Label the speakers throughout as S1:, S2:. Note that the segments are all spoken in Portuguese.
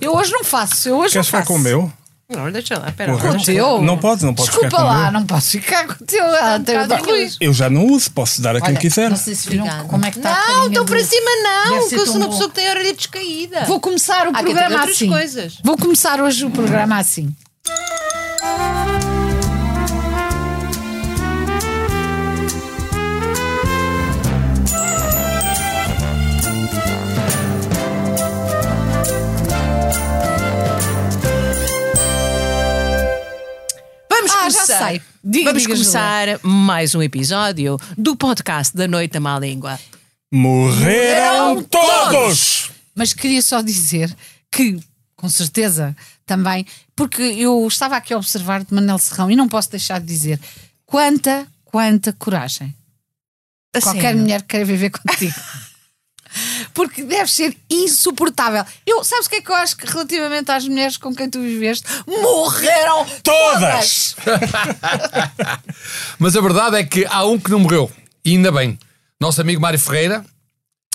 S1: Eu hoje não faço, eu hoje
S2: Queres
S1: não
S2: ficar
S1: faço.
S2: com o meu?
S3: Não, deixa lá, pera
S2: Porra.
S3: lá.
S1: Com o teu?
S2: Não podes, não podes
S1: Desculpa
S2: ficar com o
S1: lá,
S2: meu.
S1: não posso ficar com o teu. Ah,
S4: um
S1: tem
S3: Tá,
S1: o da
S4: bocado
S1: Rui.
S4: inglês.
S2: Eu já não uso, posso dar a quem quiser.
S5: Não sei se viram
S4: Obrigada.
S5: como é que
S1: Tá
S5: está a
S4: Não,
S5: carinha
S4: então
S5: do-
S4: para cima
S5: Deve
S4: não,
S5: ser
S4: que eu sou
S5: tão
S4: uma
S5: bom.
S4: pessoa que tem a orelha descaída.
S1: Vou começar o
S4: Há quem tenha
S1: programa
S4: Ah, outras
S1: assim.
S4: coisas.
S1: Vou começar hoje o programa assim.
S3: Vamos
S1: Ah, já
S3: começar.
S1: sei. Diga,
S3: Vamos
S1: diga,
S3: começar mais um episódio do podcast da Noite da Má Língua.
S2: Morreram todos!
S1: Mas queria só dizer que, com certeza, também, porque eu estava aqui a observar de Manel Serrão e não posso deixar de dizer quanta, quanta coragem.
S3: A
S1: Qualquer
S3: sério.
S1: mulher que queira viver contigo. Porque deve ser insuportável. Eu, sabes o que é que eu acho que relativamente às mulheres com quem tu viveste? Morreram todas!
S2: Todas!
S6: Mas a verdade é que há um que não morreu. E ainda bem. Nosso amigo Mário Ferreira.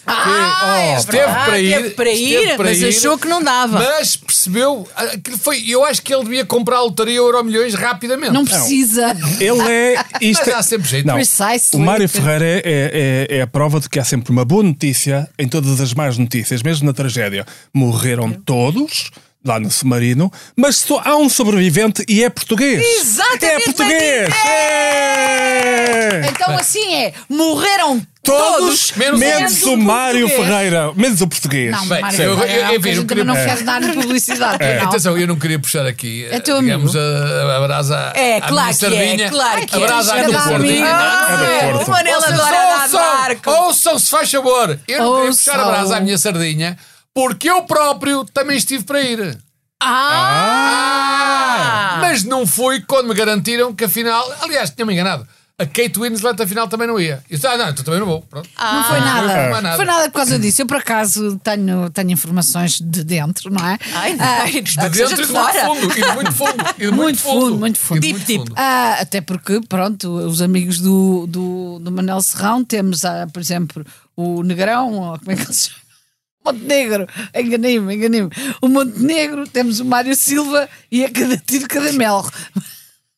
S3: Ah,
S2: oh,
S3: é
S6: esteve
S3: verdade,
S6: para ir,
S3: teve para ir,
S6: esteve para
S3: mas
S6: ir,
S3: achou que não dava.
S6: Mas percebeu. ah, que foi, eu acho que ele devia comprar a lotaria Euro Milhões rapidamente.
S1: Não precisa.
S2: Ele é. Isto
S6: Mas há sempre jeito.
S2: Não,
S1: Precisely.
S2: o Mário Ferreira é, é- é- é a prova de que há sempre uma boa notícia em todas as más notícias, mesmo na tragédia. Morreram todos lá no submarino, mas só há um sobrevivente e é português.
S1: Exatamente,
S2: É português! É!
S1: Então assim é, morreram
S2: Todos, menos,
S6: menos-
S1: menos
S2: o
S1: o
S2: Mário
S1: português.
S2: Ferreira, menos o português.
S1: Não,
S6: Bem,
S1: Mário,
S6: eu- eu-
S1: Ferreira,
S6: eu- eu-
S1: porque
S6: eu-
S1: eu também
S6: eu-
S1: não
S6: é.
S1: quero dar publicidade. não.
S6: Atenção, eu não queria puxar aqui, eh,
S1: teu amigo.
S6: digamos, a, a brasa
S3: É,
S6: à
S3: claro
S6: minha
S3: que é,
S6: sardinha.
S3: claro que
S6: a
S3: é.
S6: brasa à
S2: É
S6: minha
S2: do Porto.
S6: sardinha.
S2: Ah,
S6: Não,
S2: é do
S6: não.
S2: Porto.
S3: O Manel
S6: Vocês
S3: adora dar
S6: ouçam,
S3: barco.
S6: Ouçam, se faz favor. Eu não queria puxar a
S1: Ouçam.
S6: brasa à minha sardinha, porque eu próprio também estive para ir. Ah,
S3: Ah!
S6: Mas não fui quando me garantiram que afinal. Aliás, tinha-me enganado. A Kate Winslet afinal também não ia. Eu disse, ah, não, então também não vou. Pronto.
S1: Não foi nada.
S6: Ah.
S1: Não foi nada por causa disso. Eu, por acaso, tenho, tenho informações de dentro, não é?
S3: Ai,
S1: Ah,
S3: ai,
S6: De
S3: seja
S6: dentro e
S3: de
S6: de muito
S3: fora.
S6: fundo. E de muito fundo. E de muito,
S1: Muito fundo, muito fundo.
S6: E de
S3: Deep,
S6: muito
S3: deep.
S6: fundo.
S1: Ah, até porque, pronto, os amigos do, do, do Manel Serrão, temos, ah, por exemplo, o Negrão, ou como é que ele se chama? Montenegro, enganei-me, enganei-me. O Montenegro, temos o Mário Silva e a cada tiro, cada mel.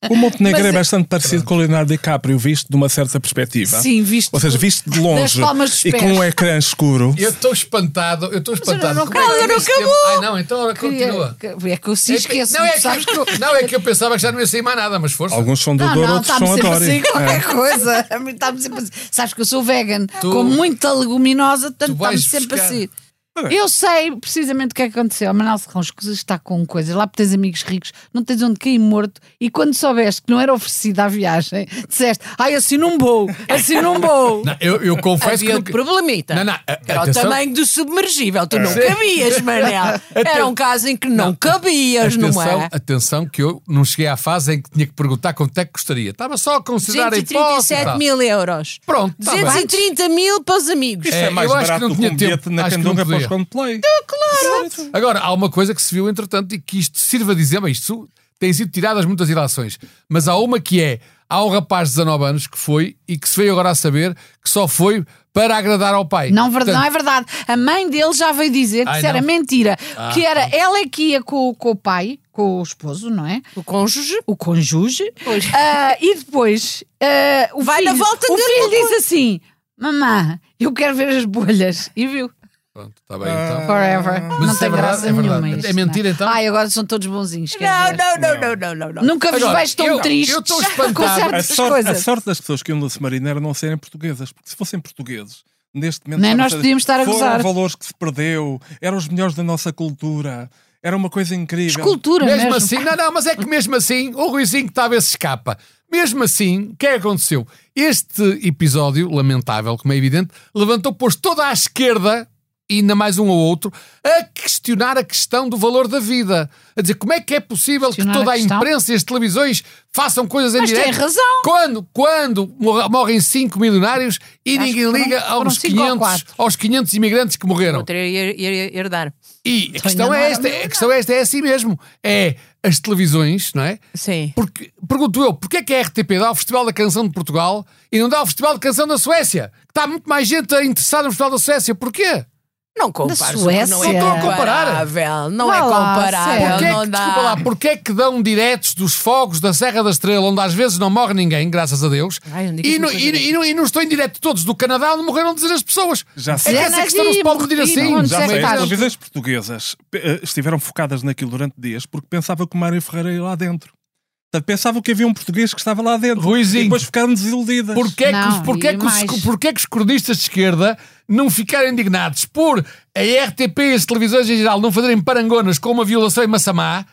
S2: O Montenegro
S1: Mas-
S2: é bastante parecido com o Leonardo DiCaprio, visto de uma certa perspectiva.
S1: Sim, visto-
S2: Ou seja, visto de longe
S1: Das palmas dos
S2: e
S1: pés.
S2: com um ecrã escuro.
S6: Eu estou espantado. Eu estou espantado.
S1: não
S6: Como é que
S1: acabou,
S6: neste
S1: não
S6: tempo-
S1: acabou.
S6: Ai, não, então agora continua.
S1: É que eu se esqueço.
S6: não, é que,
S1: sabes que eu-
S6: não, é que eu pensava que já não ia sair mais nada, mas força.
S2: Alguns são do
S1: Ah, Não,
S2: Douro,
S1: não,
S2: outros
S1: está-me
S2: são
S1: sempre
S2: Adori.
S1: assim qualquer
S2: É.
S1: coisa. Está-me sempre assim. Sabes que eu sou vegan, com muita leguminosa, portanto
S6: Tu vais
S1: está-me sempre
S6: buscar.
S1: assim. Eu sei precisamente o que é que aconteceu. Manel Serrão escusa está com coisas. Lá porque tens amigos ricos, não tens onde cair morto. E quando soubeste que não era oferecida a viagem, disseste: Ai, assim não vou, assim não vou.
S6: Não, eu, eu confesso
S3: Havia
S6: que.
S3: outro problemita.
S6: Não, não, a-
S3: Que Era o
S6: atenção.
S3: tamanho do submergível. Tu não cabias, Manel. Era um caso em que não, cabias,
S6: atenção,
S3: não é?
S6: atenção, que eu não cheguei à fase em que tinha que perguntar quanto é que custaria. Estava só a considerar a hipótese. e
S3: 137
S6: tal.
S3: mil euros.
S6: Pronto, tá bem.
S3: 230 mil para os amigos.
S2: Isto é,
S6: É,
S2: mais
S6: eu acho que
S2: barato
S6: não
S2: do que
S6: tinha
S2: um bilhete
S6: tempo.
S2: na
S6: Acho que
S2: Candonga
S6: não
S2: para os
S6: podia.
S2: Coldplay.
S6: Agora, há uma coisa que se viu, entretanto, e que isto sirva de exemplo. Isto tem sido tiradas muitas ilações. Mas há uma que é: há um rapaz de 19 anos que foi e que se veio agora a saber que só foi para agradar ao pai.
S1: Não, ver- não
S6: Portanto,
S1: é verdade. A mãe dele já veio dizer que
S6: Ai,
S1: isso era
S6: não. Ah,
S1: mentira. que era ela é que ia com, com o pai, com o esposo, não é?
S3: O cônjuge.
S1: o cônjuge ah, e depois ah, o
S3: Vai
S1: filho,
S3: na volta
S1: o
S3: dele
S1: filho
S3: com a
S1: diz assim mamã eu quero ver as bolhas e viu
S6: Pronto, está bem então.
S1: forever
S6: Mas
S1: não
S6: isso
S1: tem
S6: é verdade,
S1: graça
S6: é verdade.
S1: nenhuma isto,
S6: É mentira,
S1: não
S6: então?
S1: ai agora são todos bonzinhos quer
S3: Não,
S1: dizer.
S3: não, não, não, não, não, não.
S1: nunca vos
S6: Agora,
S1: vejo tão
S6: eu- eu
S1: tristes
S6: estou
S1: com
S6: espantado.
S2: A
S1: certas
S2: sorte, É a
S1: coisas
S2: sorte das pessoas que iam no submarino era não serem portuguesas, porque se fossem portugueses, neste momento.
S1: Nem
S2: já não
S1: nós
S2: sei-
S1: podíamos estar a
S2: foram
S1: gozar.
S2: valores que se perdeu, eram os melhores da nossa cultura, era uma coisa incrível.
S1: cultura
S6: Mesmo,
S1: mesmo,
S6: assim, não, não, mas é que mesmo assim, o Ruizinho que está a ver se escapa. Mesmo assim, o que é que aconteceu? Este episódio, lamentável, como é evidente, levantou, pôs toda a esquerda, e ainda mais um ou outro, a questionar a questão do valor da vida. A dizer, como é que é possível que
S1: Questionar
S6: toda
S1: a
S6: a,
S1: questão?
S6: imprensa e as televisões façam coisas em
S1: Mas tem
S6: direto?
S1: razão.
S6: Quando, quando morre- morrem 5 milionários e
S1: Acho
S6: ninguém
S1: que foram-
S6: liga
S1: foram
S6: aos,
S1: cinco ou
S6: 500,
S1: quatro.
S6: aos 500 imigrantes que morreram.
S3: Outra ia- ia- ia herdar.
S6: E a questão,
S1: ainda não
S6: é
S1: era
S6: esta,
S1: melhor,
S6: a questão é esta, é assim mesmo. É as televisões, não é?
S3: Sim.
S6: Porque, pergunto eu, porquê é que a RTP dá o Festival da Canção de Portugal e não dá o Festival de Canção da Suécia? Que está muito mais gente interessada no Festival da Suécia. Porquê?
S3: Não compares,
S1: Suécia?
S3: não é
S1: Não estou a
S6: comparar.
S3: comparável, não
S1: Vá
S3: é
S1: lá,
S3: comparável,
S1: sério.
S6: Porquê é que,
S3: não dá.
S6: desculpa lá, porquê é que dão diretos dos fogos da Serra da Estrela, onde às vezes não morre ninguém, graças a Deus,
S3: Ai, onde é que
S6: e,
S3: isso
S6: no,
S3: foi
S6: e, no- e no- e não estou em direto todos do Canadá, onde morreram dezenas de pessoas?
S2: Já
S6: é
S2: sei.
S6: que essa
S1: Já
S6: questão não
S1: nasci,
S6: se pode medir
S1: morri,
S6: assim.
S1: onde
S2: Já
S1: Certo.
S2: sei, as
S1: Certo.
S2: televisões portuguesas eh, estiveram focadas naquilo durante dias porque pensavam que o Mário Ferreira ia lá dentro. Portanto, Pensavam que havia um português que estava lá dentro.
S6: Ruizinho.
S2: E depois ficaram desiludidas.
S6: Porquê é que, os-
S1: Não,
S6: porquê, é que
S1: e
S6: os,
S1: mais.
S6: porquê é que os cronistas de esquerda não ficaram indignados por a RTP e as televisões em geral não fazerem parangonas com uma violação em Massamá,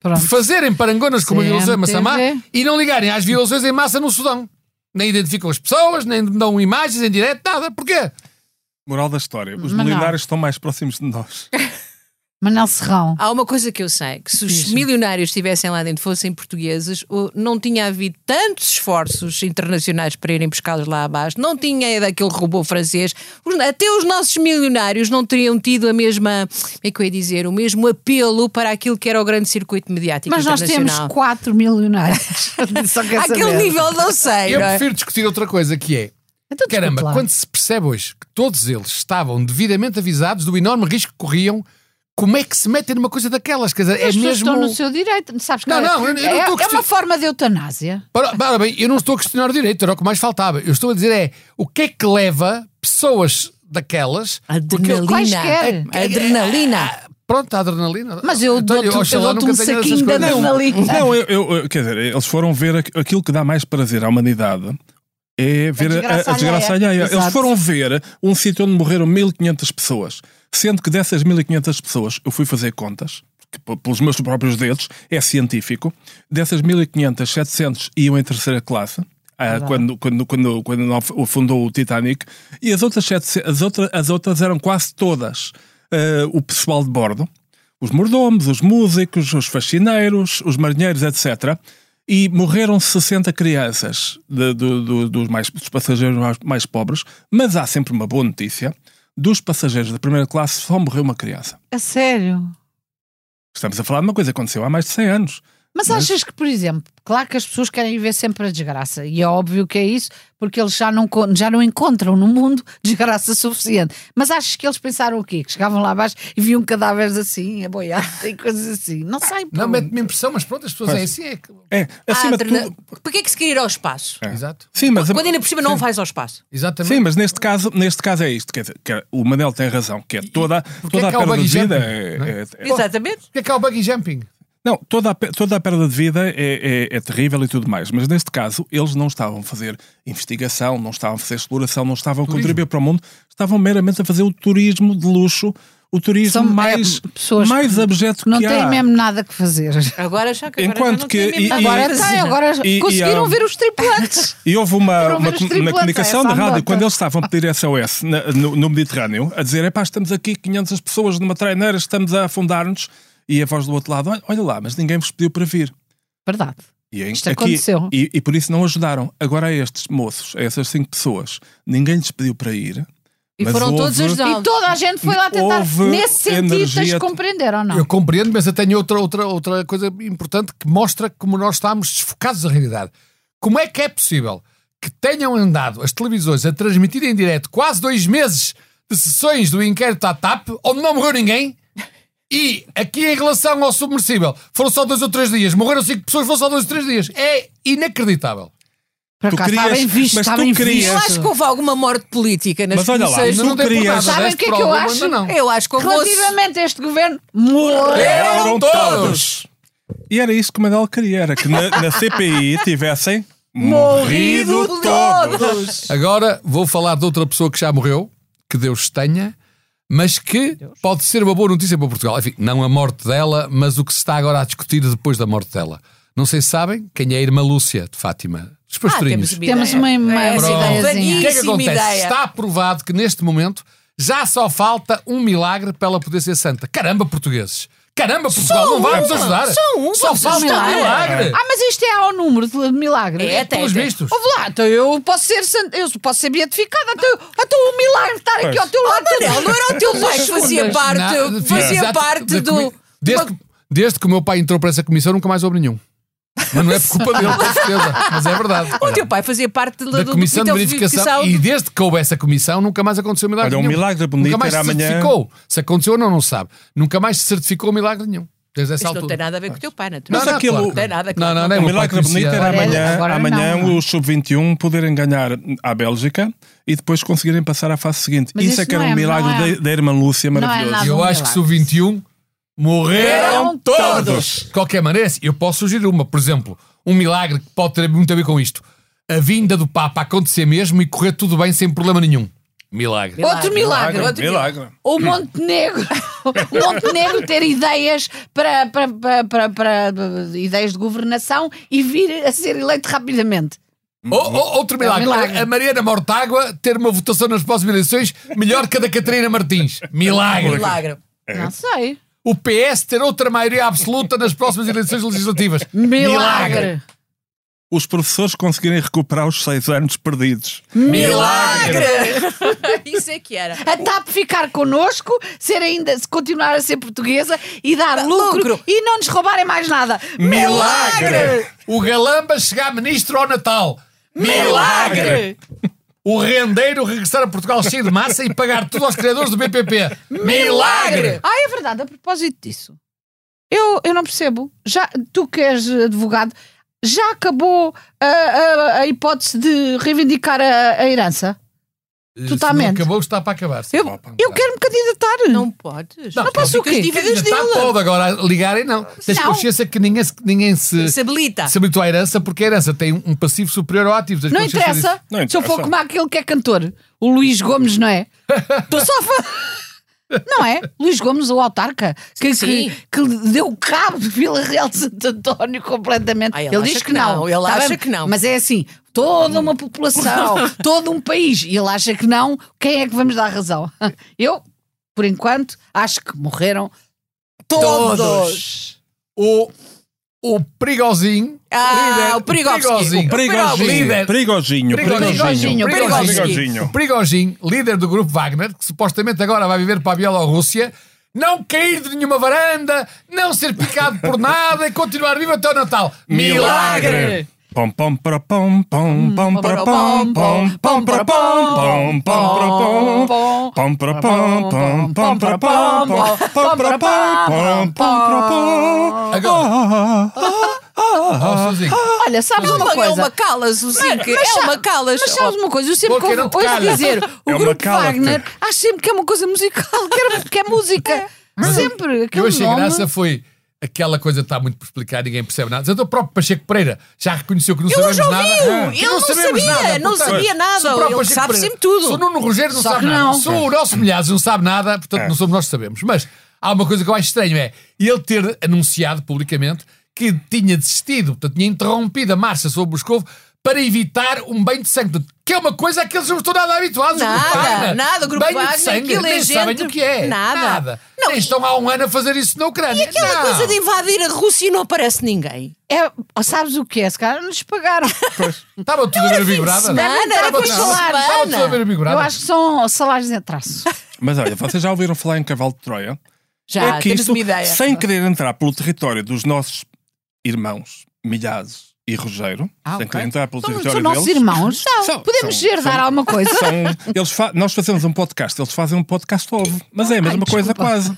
S1: Pronto.
S6: fazerem parangonas com uma violação em Massamá
S1: CMTV.
S6: e não ligarem às violações em massa no Sudão? Nem identificam as pessoas, nem dão imagens em direto, nada. Porquê?
S2: Moral da história. Os
S1: Mas não.
S2: milionários estão mais próximos de nós.
S1: Manel Serrão.
S3: Há uma coisa que eu sei, que se os milionários estivessem lá dentro, fossem portugueses, o- não tinha havido tantos esforços internacionais para irem buscá-los lá abaixo, não tinha ido aquele robô francês, Os- até os nossos milionários não teriam tido a mesma, como é que eu ia dizer, o mesmo apelo para aquilo que era o grande circuito mediático
S1: Mas nós temos
S3: internacional.
S1: 4 milionários. Só quer
S3: Aquele
S1: saber.
S3: nível, não sei,
S6: Eu
S3: não é?
S6: prefiro discutir outra coisa que é.
S1: Então, desculpe
S6: Caramba,
S1: lá.
S6: quando se percebe hoje que todos eles estavam devidamente avisados do enorme risco que corriam, como é que se metem numa coisa daquelas? Quer dizer,
S1: As
S6: é
S1: pessoas
S6: mesmo.
S1: estão no seu direito. Sabes que
S6: Não,
S1: é-
S6: não, eu- eu não
S1: é,
S6: estou a
S1: é
S6: questionar-
S1: uma forma de eutanásia.
S6: Ora, ora bem, eu não estou a questionar o direito, era o que mais faltava. Eu estou a dizer é o que é que leva pessoas daquelas.
S3: Adrenalina.
S1: Quaisquer.
S3: Adrenalina.
S6: Pronto, a adrenalina.
S1: Mas eu
S6: Então,
S1: dou-te eu
S6: oxalá
S1: dou-te
S6: nunca
S1: um
S6: tenha essas
S1: saquinho de
S6: coisas.
S1: adrenalina.
S2: Não, eu, eu- eu- quer dizer, eles foram ver aqu- aquilo que dá mais prazer à humanidade. É ver a
S1: desgraça
S2: a- a desgraça
S1: alheia.
S2: alheia. Eles
S1: Exato.
S2: foram ver um sítio onde morreram 1500 pessoas. Sendo que dessas 1500 pessoas, eu fui fazer contas, que p- pelos meus próprios dedos, é científico. Dessas 1500, 700 iam em terceira classe. ah, quando, quando, quando, quando af- afundou o Titanic, e as outras, 700 as outra- as outras eram quase todas ah, o pessoal de bordo, os mordomos, os músicos, os faxineiros, os marinheiros, etc. E morreram 60 crianças de- do- do- dos, mais, dos passageiros mais, mais pobres, mas há sempre uma boa notícia: dos passageiros da primeira classe só morreu uma criança.
S1: A sério.
S2: Estamos a falar de uma coisa que aconteceu há mais de 100 anos.
S1: Mas achas que, por exemplo, claro que as pessoas querem ver sempre a desgraça, e é óbvio que é isso, porque eles já não, con- já não encontram no mundo desgraça suficiente. Mas achas que eles pensaram o quê? Que chegavam lá abaixo e viam cadáveres assim, a boiar e coisas assim. Não sei.
S6: Não,
S1: pô.
S6: mete-me impressão, mas pronto, as pessoas
S2: Pois.
S6: é assim. É... que-
S2: É,
S3: Ah,
S2: acima de
S3: Adrena-
S2: tudo. É.
S3: Porquê é que se quer ir ao espaço?
S6: Exato.
S2: Sim, mas a-
S3: Quando ainda por cima não vais ao espaço.
S6: Exatamente.
S2: Sim, mas neste caso, neste caso é isto. Quer dizer, que o Manel tem razão, que é toda, toda
S6: é
S2: a
S6: que há o
S2: perda de
S6: bungee
S2: vida.
S6: jumping,
S2: é-
S6: não é?
S2: é- é-
S3: Exatamente.
S6: Porque é que há o buggy jumping?
S2: Não, toda a, pe- toda a perda de vida é, é- é terrível e tudo mais, mas neste caso eles não estavam a fazer investigação, não estavam a fazer exploração, não estavam a contribuir para o mundo, estavam meramente a fazer o turismo de luxo, o turismo
S1: São, é,
S2: mais,
S1: pessoas
S2: mais abjeto que
S1: Não
S2: há.
S1: têm mesmo nada que fazer.
S3: Agora já que
S2: Enquanto
S3: agora já não
S2: que-
S3: tem mesmo
S2: e-
S3: nada
S1: Agora
S3: a
S1: tem,
S3: fazer.
S1: agora
S2: E- e
S1: conseguiram
S2: há-
S1: ver os tripulantes.
S2: E houve uma,
S1: Foram
S2: uma,
S1: ver os
S2: com- na
S1: tripulantes,
S2: comunicação
S1: essa
S2: de rádio,
S1: nota.
S2: quando eles estavam a pedir SOS na- no, no Mediterrâneo, a dizer: epá, estamos aqui 500 pessoas numa traineira, estamos a afundar-nos, e a voz do outro lado: olha, olha lá, mas ninguém vos pediu para vir.
S1: Verdade.
S2: E, em-
S1: Isto aconteceu.
S2: E, e por isso não ajudaram. Agora a estes moços, a essas cinco pessoas, ninguém lhes pediu para ir.
S3: E
S2: mas
S3: foram
S2: houve-
S3: todos ajudados.
S1: E toda a gente foi lá tentar.
S2: Houve
S1: Nesse sentido, tens
S2: energia-
S1: de compreender ou não?
S6: Eu compreendo, mas eu tenho outra, outra, outra coisa importante que mostra como nós estamos desfocados da realidade. Como é que é possível que tenham andado as televisões a transmitir em direto quase dois meses de sessões do inquérito à TAP, onde não morreu ninguém? E aqui em relação ao submersível, foram só dois ou três dias, morreram cinco pessoas, foram só dois ou três dias. É inacreditável.
S1: Por
S2: Tu
S1: acaso, está
S2: querias-
S1: bem visto,
S2: mas
S1: está
S2: tu
S1: bem
S2: querias-
S3: Eu
S1: visto.
S3: acho que houve alguma morte política nas
S2: Mas olha lá,
S3: comissões.
S2: não
S6: dei por
S2: querias-
S6: nada
S1: Sabem
S6: deste
S1: o que é que eu
S6: problema,
S1: acho?
S6: ainda não.
S3: Eu acho que houve
S1: Relativamente a este governo, morreu.
S2: Eram todos! E era isso que o Manuel queria: era que na, na CPI tivessem morrido todos!
S6: Agora vou falar de outra pessoa que já morreu, que Deus tenha, mas que pode ser uma boa notícia para Portugal. Enfim, não a morte dela, mas o que se está agora a discutir depois da morte dela. Não sei se sabem quem é a irmã Lúcia de Fátima. Os
S3: Ah,
S6: pastorinhos.
S3: ideia.
S1: Temos uma- uma-
S3: É,
S1: uma
S3: sim,
S1: ideiazinha.
S6: O que é que
S3: vaguíssima
S6: acontece?
S3: ideia.
S6: Está aprovado que neste momento já só falta um milagre para ela poder ser santa. Caramba, portugueses! Caramba, Portugal, não vai nos
S3: uma,
S6: ajudar!
S3: só um,
S6: só
S3: vamos
S6: falta um
S3: ajudar.
S6: milagre!
S1: Ah, mas isto é ao número de milagres.
S3: É, tem.
S6: Pelos
S3: tem.
S6: vistos.
S1: Ouve lá, então eu posso ser, san- eu posso ser beatificada, então, eu- então o milagre de estar aqui
S2: Pois.
S1: ao teu lado.
S3: Não, não era o teu pai que
S1: Segundas.
S3: fazia
S6: Nada,
S3: parte,
S6: de-
S3: fazia
S6: exato,
S3: parte
S6: da
S3: do.
S6: comi- Desde que, desde que o meu pai entrou para essa comissão, nunca mais houve nenhum. Mas não é por culpa dele, com certeza. Mas é verdade.
S3: O teu pai fazia parte
S6: da comissão de verificação. E desde que houve essa comissão, nunca mais aconteceu milagre
S2: Olha, um
S6: nenhum.
S2: milagre bonito
S6: Nunca mais
S2: era
S6: se
S2: amanhã.
S6: certificou. Se aconteceu ou não, não se sabe. Nunca mais se certificou milagre nenhum. Desde essa
S3: Isto não
S6: altura.
S3: tem nada a ver com o teu pai, naturalmente.
S2: Mas
S6: não,
S2: aquilo-
S6: claro.
S3: Não tem nada,
S6: Não,
S3: claro.
S6: não, nem
S2: O
S6: meu pai
S2: milagre bonito
S6: conhecia.
S2: era
S1: É Agora é-
S2: amanhã,
S1: agora
S2: amanhã
S1: não, é? não.
S2: os sub-21 poderem ganhar à Bélgica e depois conseguirem passar à fase seguinte.
S1: Mas
S2: isso,
S1: isso
S2: é que era
S1: não
S2: um
S1: é-
S2: milagre
S1: não é-
S2: da, da irmã Lúcia
S1: é
S2: maravilhoso.
S1: nada.
S6: E eu acho que se o 21 morreram
S1: Morreram
S6: todos. De qualquer maneira, assim, eu posso sugerir uma, por exemplo, um milagre que pode ter muito a ver com isto. A vinda do Papa acontecer mesmo e correr tutudo bem sem problema nenhum. Milagre.
S1: Outro milagre,
S2: milagre,
S1: outro
S2: milagre.
S1: O Montenegro, o Montenegro ter ideias para, para, para, para, para ideias de governação e vir a ser eleito rapidamente.
S6: Ou, ou- Oh, outro milagre.
S1: É um milagre.
S6: A Mariana Mortágua ter uma votação nas próximas eleições melhor que a da Catarina Martins. Milagre.
S3: Milagre.
S2: É.
S1: Não sei.
S6: O PS ter outra maioria absoluta nas próximas eleições legislativas.
S1: Milagre.
S2: Os professores conseguirem recuperar os seis anos perdidos.
S3: Isso é que era.
S1: A TAP ficar connosco, ser ainda, se continuar a ser portuguesa e dar lucro,
S3: lucro.
S1: e não nos roubarem mais nada.
S2: Milagre!
S6: O Galamba chegar ministro ao Natal.
S1: Milagre!
S6: O rendeiro regressar a Portugal cheio de massa e pagar tudo aos criadores do BPP. Milagre!
S1: Ah, é verdade, a propósito disso. Eu, eu não percebo. Já, tu que és advogado, já acabou a, a- a hipótese de reivindicar a, a herança? Totalmente.
S6: Se não acabou, está para acabar.
S1: Eu, eu quero me candidatar.
S3: Não podes.
S6: Não,
S1: posso o quê?
S3: As dívidas
S6: Está
S3: dele.
S6: todo agora ligarem, não. Tens
S1: Não.
S6: consciência que ninguém se, ninguém se,
S3: Se habilita.
S6: se habilitou à herança porque a herança tem um um passivo superior ao ativo. Tens
S1: Não
S6: consciência
S1: interessa.
S6: disso?
S2: Não interessa.
S1: Se eu for como aquele que é cantor, o Luís Gomes, não é? Estou só a falar. Não é? Luís Gomes, o autarca, que,
S3: Sim.
S1: que, que deu cabo de Vila Real de Santo António completamente.
S3: Ah, ele
S1: ele diz
S3: acha
S1: que,
S3: que
S1: não.
S3: não, ele
S1: Tá
S3: acha
S1: bem?
S3: que não.
S1: Mas é assim: toda uma população, todo um país, e ele acha que não, quem é que vamos dar razão? Eu, por enquanto, acho que morreram todos.
S6: O, o perigozinho.
S3: Ah,
S6: líder-
S3: o Perigowski.
S6: perigozinho.
S3: O Perigowski.
S6: Líder-
S2: Perigozinho, perigozinho,
S1: Perigozinho,
S2: perigozinho,
S6: Prigogine, Prigogine, líder do grupo Wagner, que supostamente agora vai viver para a Bielorrússia, não cair de nenhuma varanda, não ser picado por nada e continuar vivo até o Natal.
S2: Milagre! Pom pom para pom pom pom para pom pom pom para pom pom pom pom para pom pom pom para pom pom pom para pom pom pom para pom Ah. agora
S6: Ó, Suzinho,
S1: Olha, sabes
S3: Ele
S1: uma
S3: não é
S1: coisa?
S3: uma calas, o Zinc.
S1: mas
S3: É
S1: sabe-
S3: uma calas.
S1: Mas sabes uma coisa, eu sempre
S6: Boca
S1: que
S6: não
S1: ouvo-
S6: te
S1: ouço
S6: cala.
S1: dizer o
S2: É uma
S1: grupo
S2: cala-te.
S1: Wagner, acho sempre que é uma coisa musical, que é, que é música.
S3: É.
S1: sempre.
S6: eu
S3: um
S1: Aquele
S6: achei
S1: nome.
S6: graça foi. Aquela coisa está muito por explicar, ninguém percebe nada. Até o próprio Pacheco Pereira já reconheceu que não
S3: Eu
S6: sabemos
S3: já
S6: nada.
S3: ouvi-o.
S6: Ah.
S3: Ele
S6: Que
S3: não
S6: sabemos
S3: sabia, não sabia nada.
S6: se o próprio
S3: Ele
S6: Pacheco
S3: sabe
S6: Pereira-
S3: sempre tudo.
S6: Se o Nuno Rogério não
S1: Só
S6: sabe
S1: que
S6: nada.
S1: não.
S6: Se o nosso Milhares não sabe nada, portanto não somos nós que sabemos. Mas há uma coisa que eu acho estranho: é ele ter anunciado publicamente que tinha desistido, portanto tinha interrompido a marcha sobre Moscovo para evitar um banho de sangue. Portanto, Que é uma coisa a que eles não estão nada habituados. o Grupo
S3: Nada,
S6: Wagner.
S3: nada, o Grupo
S6: banho
S3: Wagner,
S6: de sangue,
S3: aquilo é
S6: nem sabem
S3: gente-
S6: o que é.
S3: nada. Não,
S6: Não, nem
S3: e-
S6: estão há um ano a fazer isso na Ucrânia.
S3: Aquela
S2: Ah.
S6: Não.
S3: coisa de invadir a Rússia e não aparece ninguém.
S1: É, oh, sabes o que é? Se calhar nos pagaram.
S6: Estava tudo a ver vibrada.
S3: semana,
S1: Não, não,
S3: era
S1: não,
S3: fim de
S1: não.
S3: semana.
S6: Estava tudo a ver
S1: Eu
S6: vibrada.
S1: acho que são salários em traço.
S2: mas olha vocês já ouviram falar em cavalo de Troia
S3: Já,
S2: é que
S3: tens
S2: isto,
S3: uma ideia.
S2: sem querer entrar pelo território dos nossos irmãos Milhazes e Rogério,
S1: Ah,
S2: sem
S1: ok.
S2: querer entrar pelo
S1: São,
S2: território
S1: são nossos
S2: deles,
S1: irmãos. Não.
S2: São-
S1: Podemos
S2: são-
S1: herdar
S2: são-
S1: alguma coisa.
S2: são- eles fa- nós fazemos um podcast, eles fazem um podcast novo, mas é a mesma coisa
S1: desculpa.
S2: quase.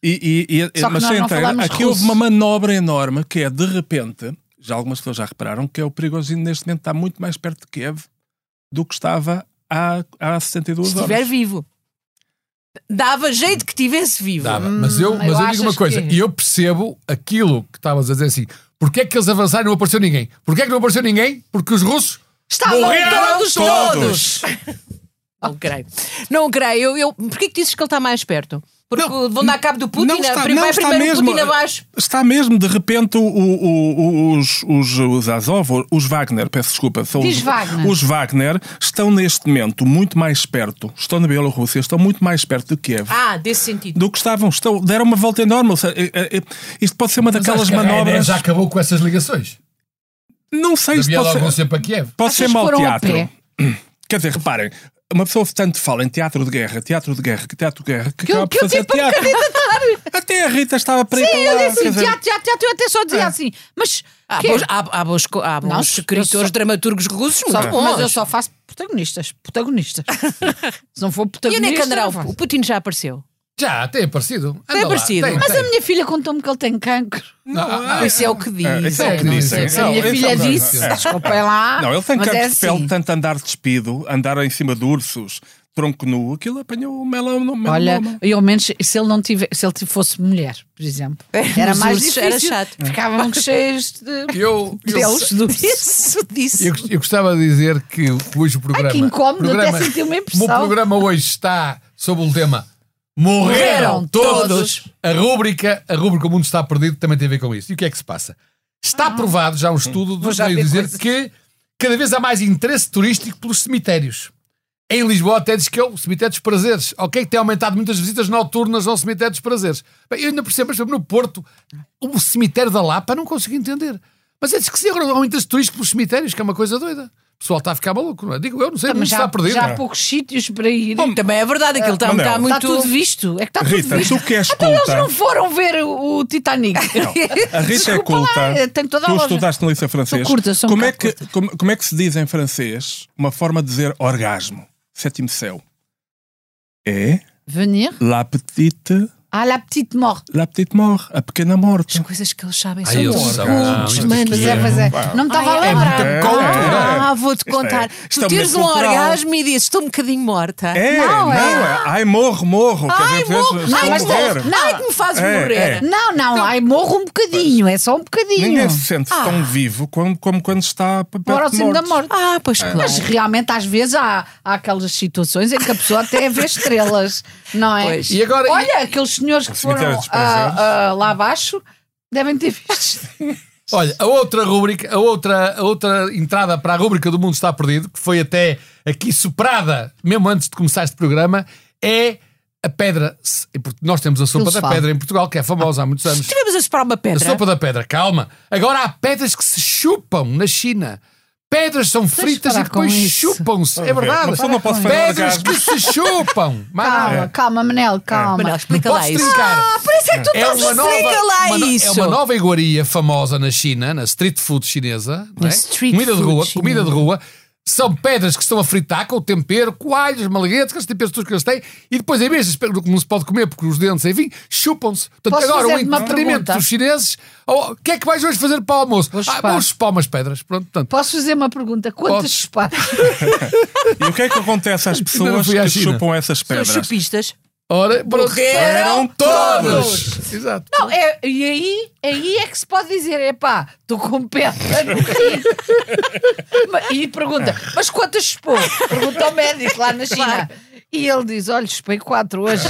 S2: E, e- e-
S1: Só que
S2: mas
S1: nós
S2: sem
S1: não
S2: entrar,
S1: falamos
S2: aqui
S1: russo.
S2: houve uma manobra enorme que é de repente, já algumas pessoas já repararam, que é o perigosinho neste momento está muito mais perto de Kiev do que estava há, há 62
S3: Se
S2: horas.
S3: estiver vivo. Dava jeito que tivesse vivo.
S6: Dava. Mas eu, mas
S1: eu
S3: Hum,
S6: eu
S1: achas
S6: digo uma coisa,
S1: que-
S6: e eu percebo aquilo que estavas a dizer assim. Porquê é que eles avançaram e não apareceu ninguém? Porquê é que não apareceu ninguém? Porque os russos
S1: Estavam
S6: morreram
S3: todos,
S2: todos.
S3: Não creio. Não creio. Eu, eu, porquê que dizes que ele está mais perto? Porque
S2: Não,
S3: vão dar cabo do Putin.
S2: não está-
S3: prim-
S2: não
S3: vai
S2: está
S3: primeiro o
S2: mesmo.
S3: Putin abaixo.
S2: Está mesmo, de repente, o- o- o- os, os, os Azov, ou os Wagner, peço desculpa, são
S1: Diz
S2: os,
S1: Wagner.
S2: os Wagner estão neste momento muito mais perto, estão na Bielorrússia, estão muito mais perto de Kiev.
S3: Ah, desse sentido.
S2: Do que estavam, estão, deram uma volta enorme. ou seja, é- é- é- isto pode ser uma daquelas
S3: é
S6: Acho que a Ryanair
S2: manobras.
S6: Já acabou com essas ligações.
S2: Não sei
S6: é, Da
S2: se pode ser,
S6: Bielorrússia para Kiev.
S2: pode ser
S1: Vocês
S2: mau
S1: foram a
S2: teatro.
S1: pé?
S2: Quer dizer, reparem, uma pessoa tanto fala em teatro de guerra, teatro de guerra, que teatro de guerra, que,
S3: Que eu,
S2: acaba
S3: que
S2: por
S3: eu
S2: fazer
S3: tive para me
S2: teatro.
S3: candidatar.
S2: Até a Rita estava para ir
S3: Sim,
S2: para
S3: eu
S2: lá,
S3: disse
S2: quer
S3: assim,
S2: dizer,
S3: teatro, teatro, teatro. Eu até só
S2: É.
S3: dizia assim, mas...
S1: Ah,
S3: que-
S1: pois,
S3: há, há bons, co- há bons
S1: Não, eu
S3: escritores,
S1: só-
S3: dramaturgos russos é?
S1: Só-
S3: muito
S2: ah,
S3: bons.
S1: mas eu só faço protagonistas. Protagonistas. Se não for
S3: E onde
S1: protagonista.
S3: é que andará
S1: não
S3: o,
S1: faço.
S3: o Putin já apareceu?
S6: Já, tem aparecido. Anda
S3: Tem
S6: lá,
S3: aparecido.
S6: tem,
S3: Mas
S1: Mas
S6: tem.
S1: a minha filha contou-me que ele tem cancro.
S6: Não, ah,
S3: Isso é o que diz.
S2: é. É, isso é o que
S6: não,
S2: dizem.
S6: isso é-
S1: a
S2: Não,
S1: minha
S2: isso
S1: filha
S2: é-
S1: disse.
S2: é.
S1: Desculpem lá.
S2: Não, ele tem
S1: mas
S2: cancro
S1: é
S2: de pele,
S1: assim.
S2: tanto andar despido, andar em cima de ursos, tronco nu, aquilo apanhou o melanoma.
S1: Olha, e ao menos se ele não tiver, se ele fosse mulher, por exemplo, É, era
S3: Os
S1: mais
S3: ursos,
S1: difícil.
S3: era chato.
S1: Ficavam cheios de
S6: Eu, eu,
S1: pelos do
S3: Isso disse.
S6: eu, eu gostava de dizer que hoje o programa.
S1: que incómodo, até
S6: programa,
S1: senti uma
S6: O
S1: impressão.
S6: meu programa hoje está sob o tema Morreram
S1: Morreram
S6: todos.
S1: todos.
S6: A rúbrica, a rúbrica O Mundo Está Perdido também tem a ver com isso. E o que é que se passa? Está provado já um estudo do
S1: Ah. Vou já
S6: veio
S1: ver
S6: dizer
S1: coisas.
S6: que cada vez há mais interesse turístico pelos cemitérios. Em Lisboa até diz que é o cemitério dos prazeres. Ok, que tem aumentado muitas visitas noturnas ao cemitério dos prazeres. Bem, eu ainda percebo, mas por exemplo, no Porto, o cemitério da Lapa não consigo entender. Mas é diz que se agora há um interesse turístico pelos cemitérios, que é uma coisa doida. O pessoal está a ficar maluco, não é? Digo eu, não sei, o
S1: Mas
S6: mundo
S1: já,
S6: está perdido.
S1: já há poucos sítios para ir.
S2: Bom,
S3: Também é verdade, aquilo está,
S2: Manel.
S3: está muito...
S1: Está tudo visto. É que está tudo
S2: Rita,
S1: visto.
S2: tu que és
S1: Então eles
S2: culta.
S1: não foram ver o, o Titanic.
S2: A Rita é
S1: Desculpa
S2: culta.
S1: Lá, eh, tem toda a
S2: tu
S1: loja.
S2: estudaste no liceu francês.
S1: curta, sou um
S2: como, é
S1: bocado
S2: que, como, como é que se diz em francês uma forma de dizer orgasmo? Sétimo céu. É
S1: Venir
S2: la petite,
S1: à la petite mort.
S2: la petite mort, a pequena morte.
S3: Coisas que eles sabem
S6: Ai,
S3: são
S6: eles
S3: muito
S6: são-
S3: cultos,
S6: não,
S3: mano.
S1: Mas é, mas é. Não me estava a
S3: Ai,
S1: lembrar.
S2: muita
S3: culto.
S2: É,
S3: Ah, vou-te
S2: Isto é-
S3: contar.
S2: isto é
S3: tu tires um
S2: muito cultural.
S3: orgasmo e dizes, estou um bocadinho morta.
S2: É, não,
S1: Não, é.
S2: é. Ai, morro, morro. Quer
S3: Ai,
S2: dizer,
S3: morro.
S2: estou a
S1: Ai, mas
S2: morrer.
S1: morro.
S3: Ai, que me fazes
S2: É,
S3: morrer.
S2: é.
S1: Não, não, ai, morro um bocadinho, é só um
S2: Ninguém
S1: bocadinho.
S2: se sente tão vivo como, como quando está perto
S1: Ah. Mora ao
S2: de
S1: cimo da
S2: mortos.
S1: morte.
S3: Ah, pois claro.
S1: Mas realmente às vezes há, há aquelas situações em que a pessoa até vê estrelas, não é?
S3: Pois.
S6: E agora-
S1: Olha, aqueles senhores que
S2: cemitério
S1: foram
S2: dos prazeres.
S1: ah, ah, lá abaixo devem ter visto.
S6: Olha, a outra rubrica, a outra, a outra entrada para a rubrica do Mundo Está Perdido, que foi até aqui superada, mesmo antes de começar este programa, é a pedra. Se- porque Nós temos a sopa da
S1: Filosofal.
S6: pedra em Portugal, que é famosa há muitos anos.
S3: Tivemos a separar uma
S6: A
S3: pedra.
S6: sopa da pedra, calma. Agora há pedras que se chupam na China. Pedras são fritas e
S1: parar com
S6: depois
S1: isso.
S6: chupam-se. É
S2: Uma
S6: verdade.
S2: pessoa não pode fazer
S6: pedras
S2: orgasmo.
S6: que se chupam. Mas
S2: É.
S1: Calma, calma, Manel, calma.
S3: Manel, explica
S6: não
S3: lá
S6: podes
S3: isso.
S6: trincar.
S3: por isso é que tu
S6: É uma nova,
S3: Explica lá
S6: uma no-
S3: isso.
S6: é uma nova iguaria famosa na China, na street food chinesa. não
S3: Na
S6: é?
S3: street
S6: comida de
S3: food
S6: rua,
S3: chinesa.
S6: comida de rua. São pedras que estão a fritar com o tempero, coalhos, malaguetes, aqueles temperos todos que eles têm, e depois, em vez de esperar que não se pode comer porque os dentes, enfim, chupam-se. Portanto,
S1: Posso
S6: agora o
S1: fazer-te uma
S6: entretenimento
S1: pergunta?
S6: dos chineses. oh, O que é que vais hoje fazer para o almoço?
S1: Vou
S6: ah,
S1: chupar.
S6: vou chupar umas pedras. Pronto, portanto.
S1: Posso fazer uma pergunta? Quantas
S6: Podes.
S1: chupadas?
S2: E o que é que acontece às
S6: não
S2: pessoas
S6: fui à
S2: que
S6: China.
S2: chupam essas
S3: São
S2: pedras?
S3: chupistas.
S6: Ora, pronto.
S3: Morreram
S6: todos! Exato.
S1: Não, é- e aí, aí é que se pode dizer: epá, estou com pedra no rim. Ma- e pergunta: mas quantas chupou? Pergunta ao médico lá na China. E ele diz: olha, chupei quatro hoje.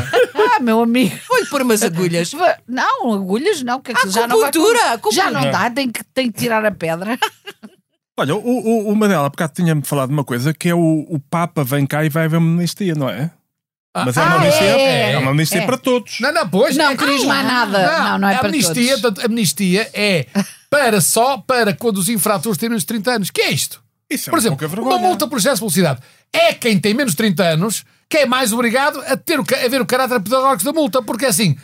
S1: ah, meu amigo.
S3: Vou-lhe pôr umas agulhas.
S1: Va- Não, agulhas não, que aquilo já não vai com-
S3: acupuntura, acupuntura.
S1: Já não dá, tem que, tem que tirar a pedra.
S2: Olha, o, o, o Manel há bocado tinha-me falado de uma coisa que é o, o Papa vem cá e vai haver uma amnistia, não é? Mas é uma
S1: ah,
S2: amnistia,
S1: é,
S2: é uma amnistia para todos.
S6: Não, não, pois.
S1: Não,
S6: é-
S1: crisma a nada. Não, não é
S6: a
S1: para
S6: amnistia,
S1: todos.
S6: portanto, a amnistia é para só para quando os infratores têm menos de 30 anos. Que é isto?
S2: Isso é
S6: por
S2: uma
S6: exemplo,
S2: pouca
S6: uma
S2: vergonha.
S6: multa por excesso de velocidade. É quem tem menos de 30 anos que é mais obrigado a, ter o, ca- a ver o caráter pedagógico da multa, porque é assim,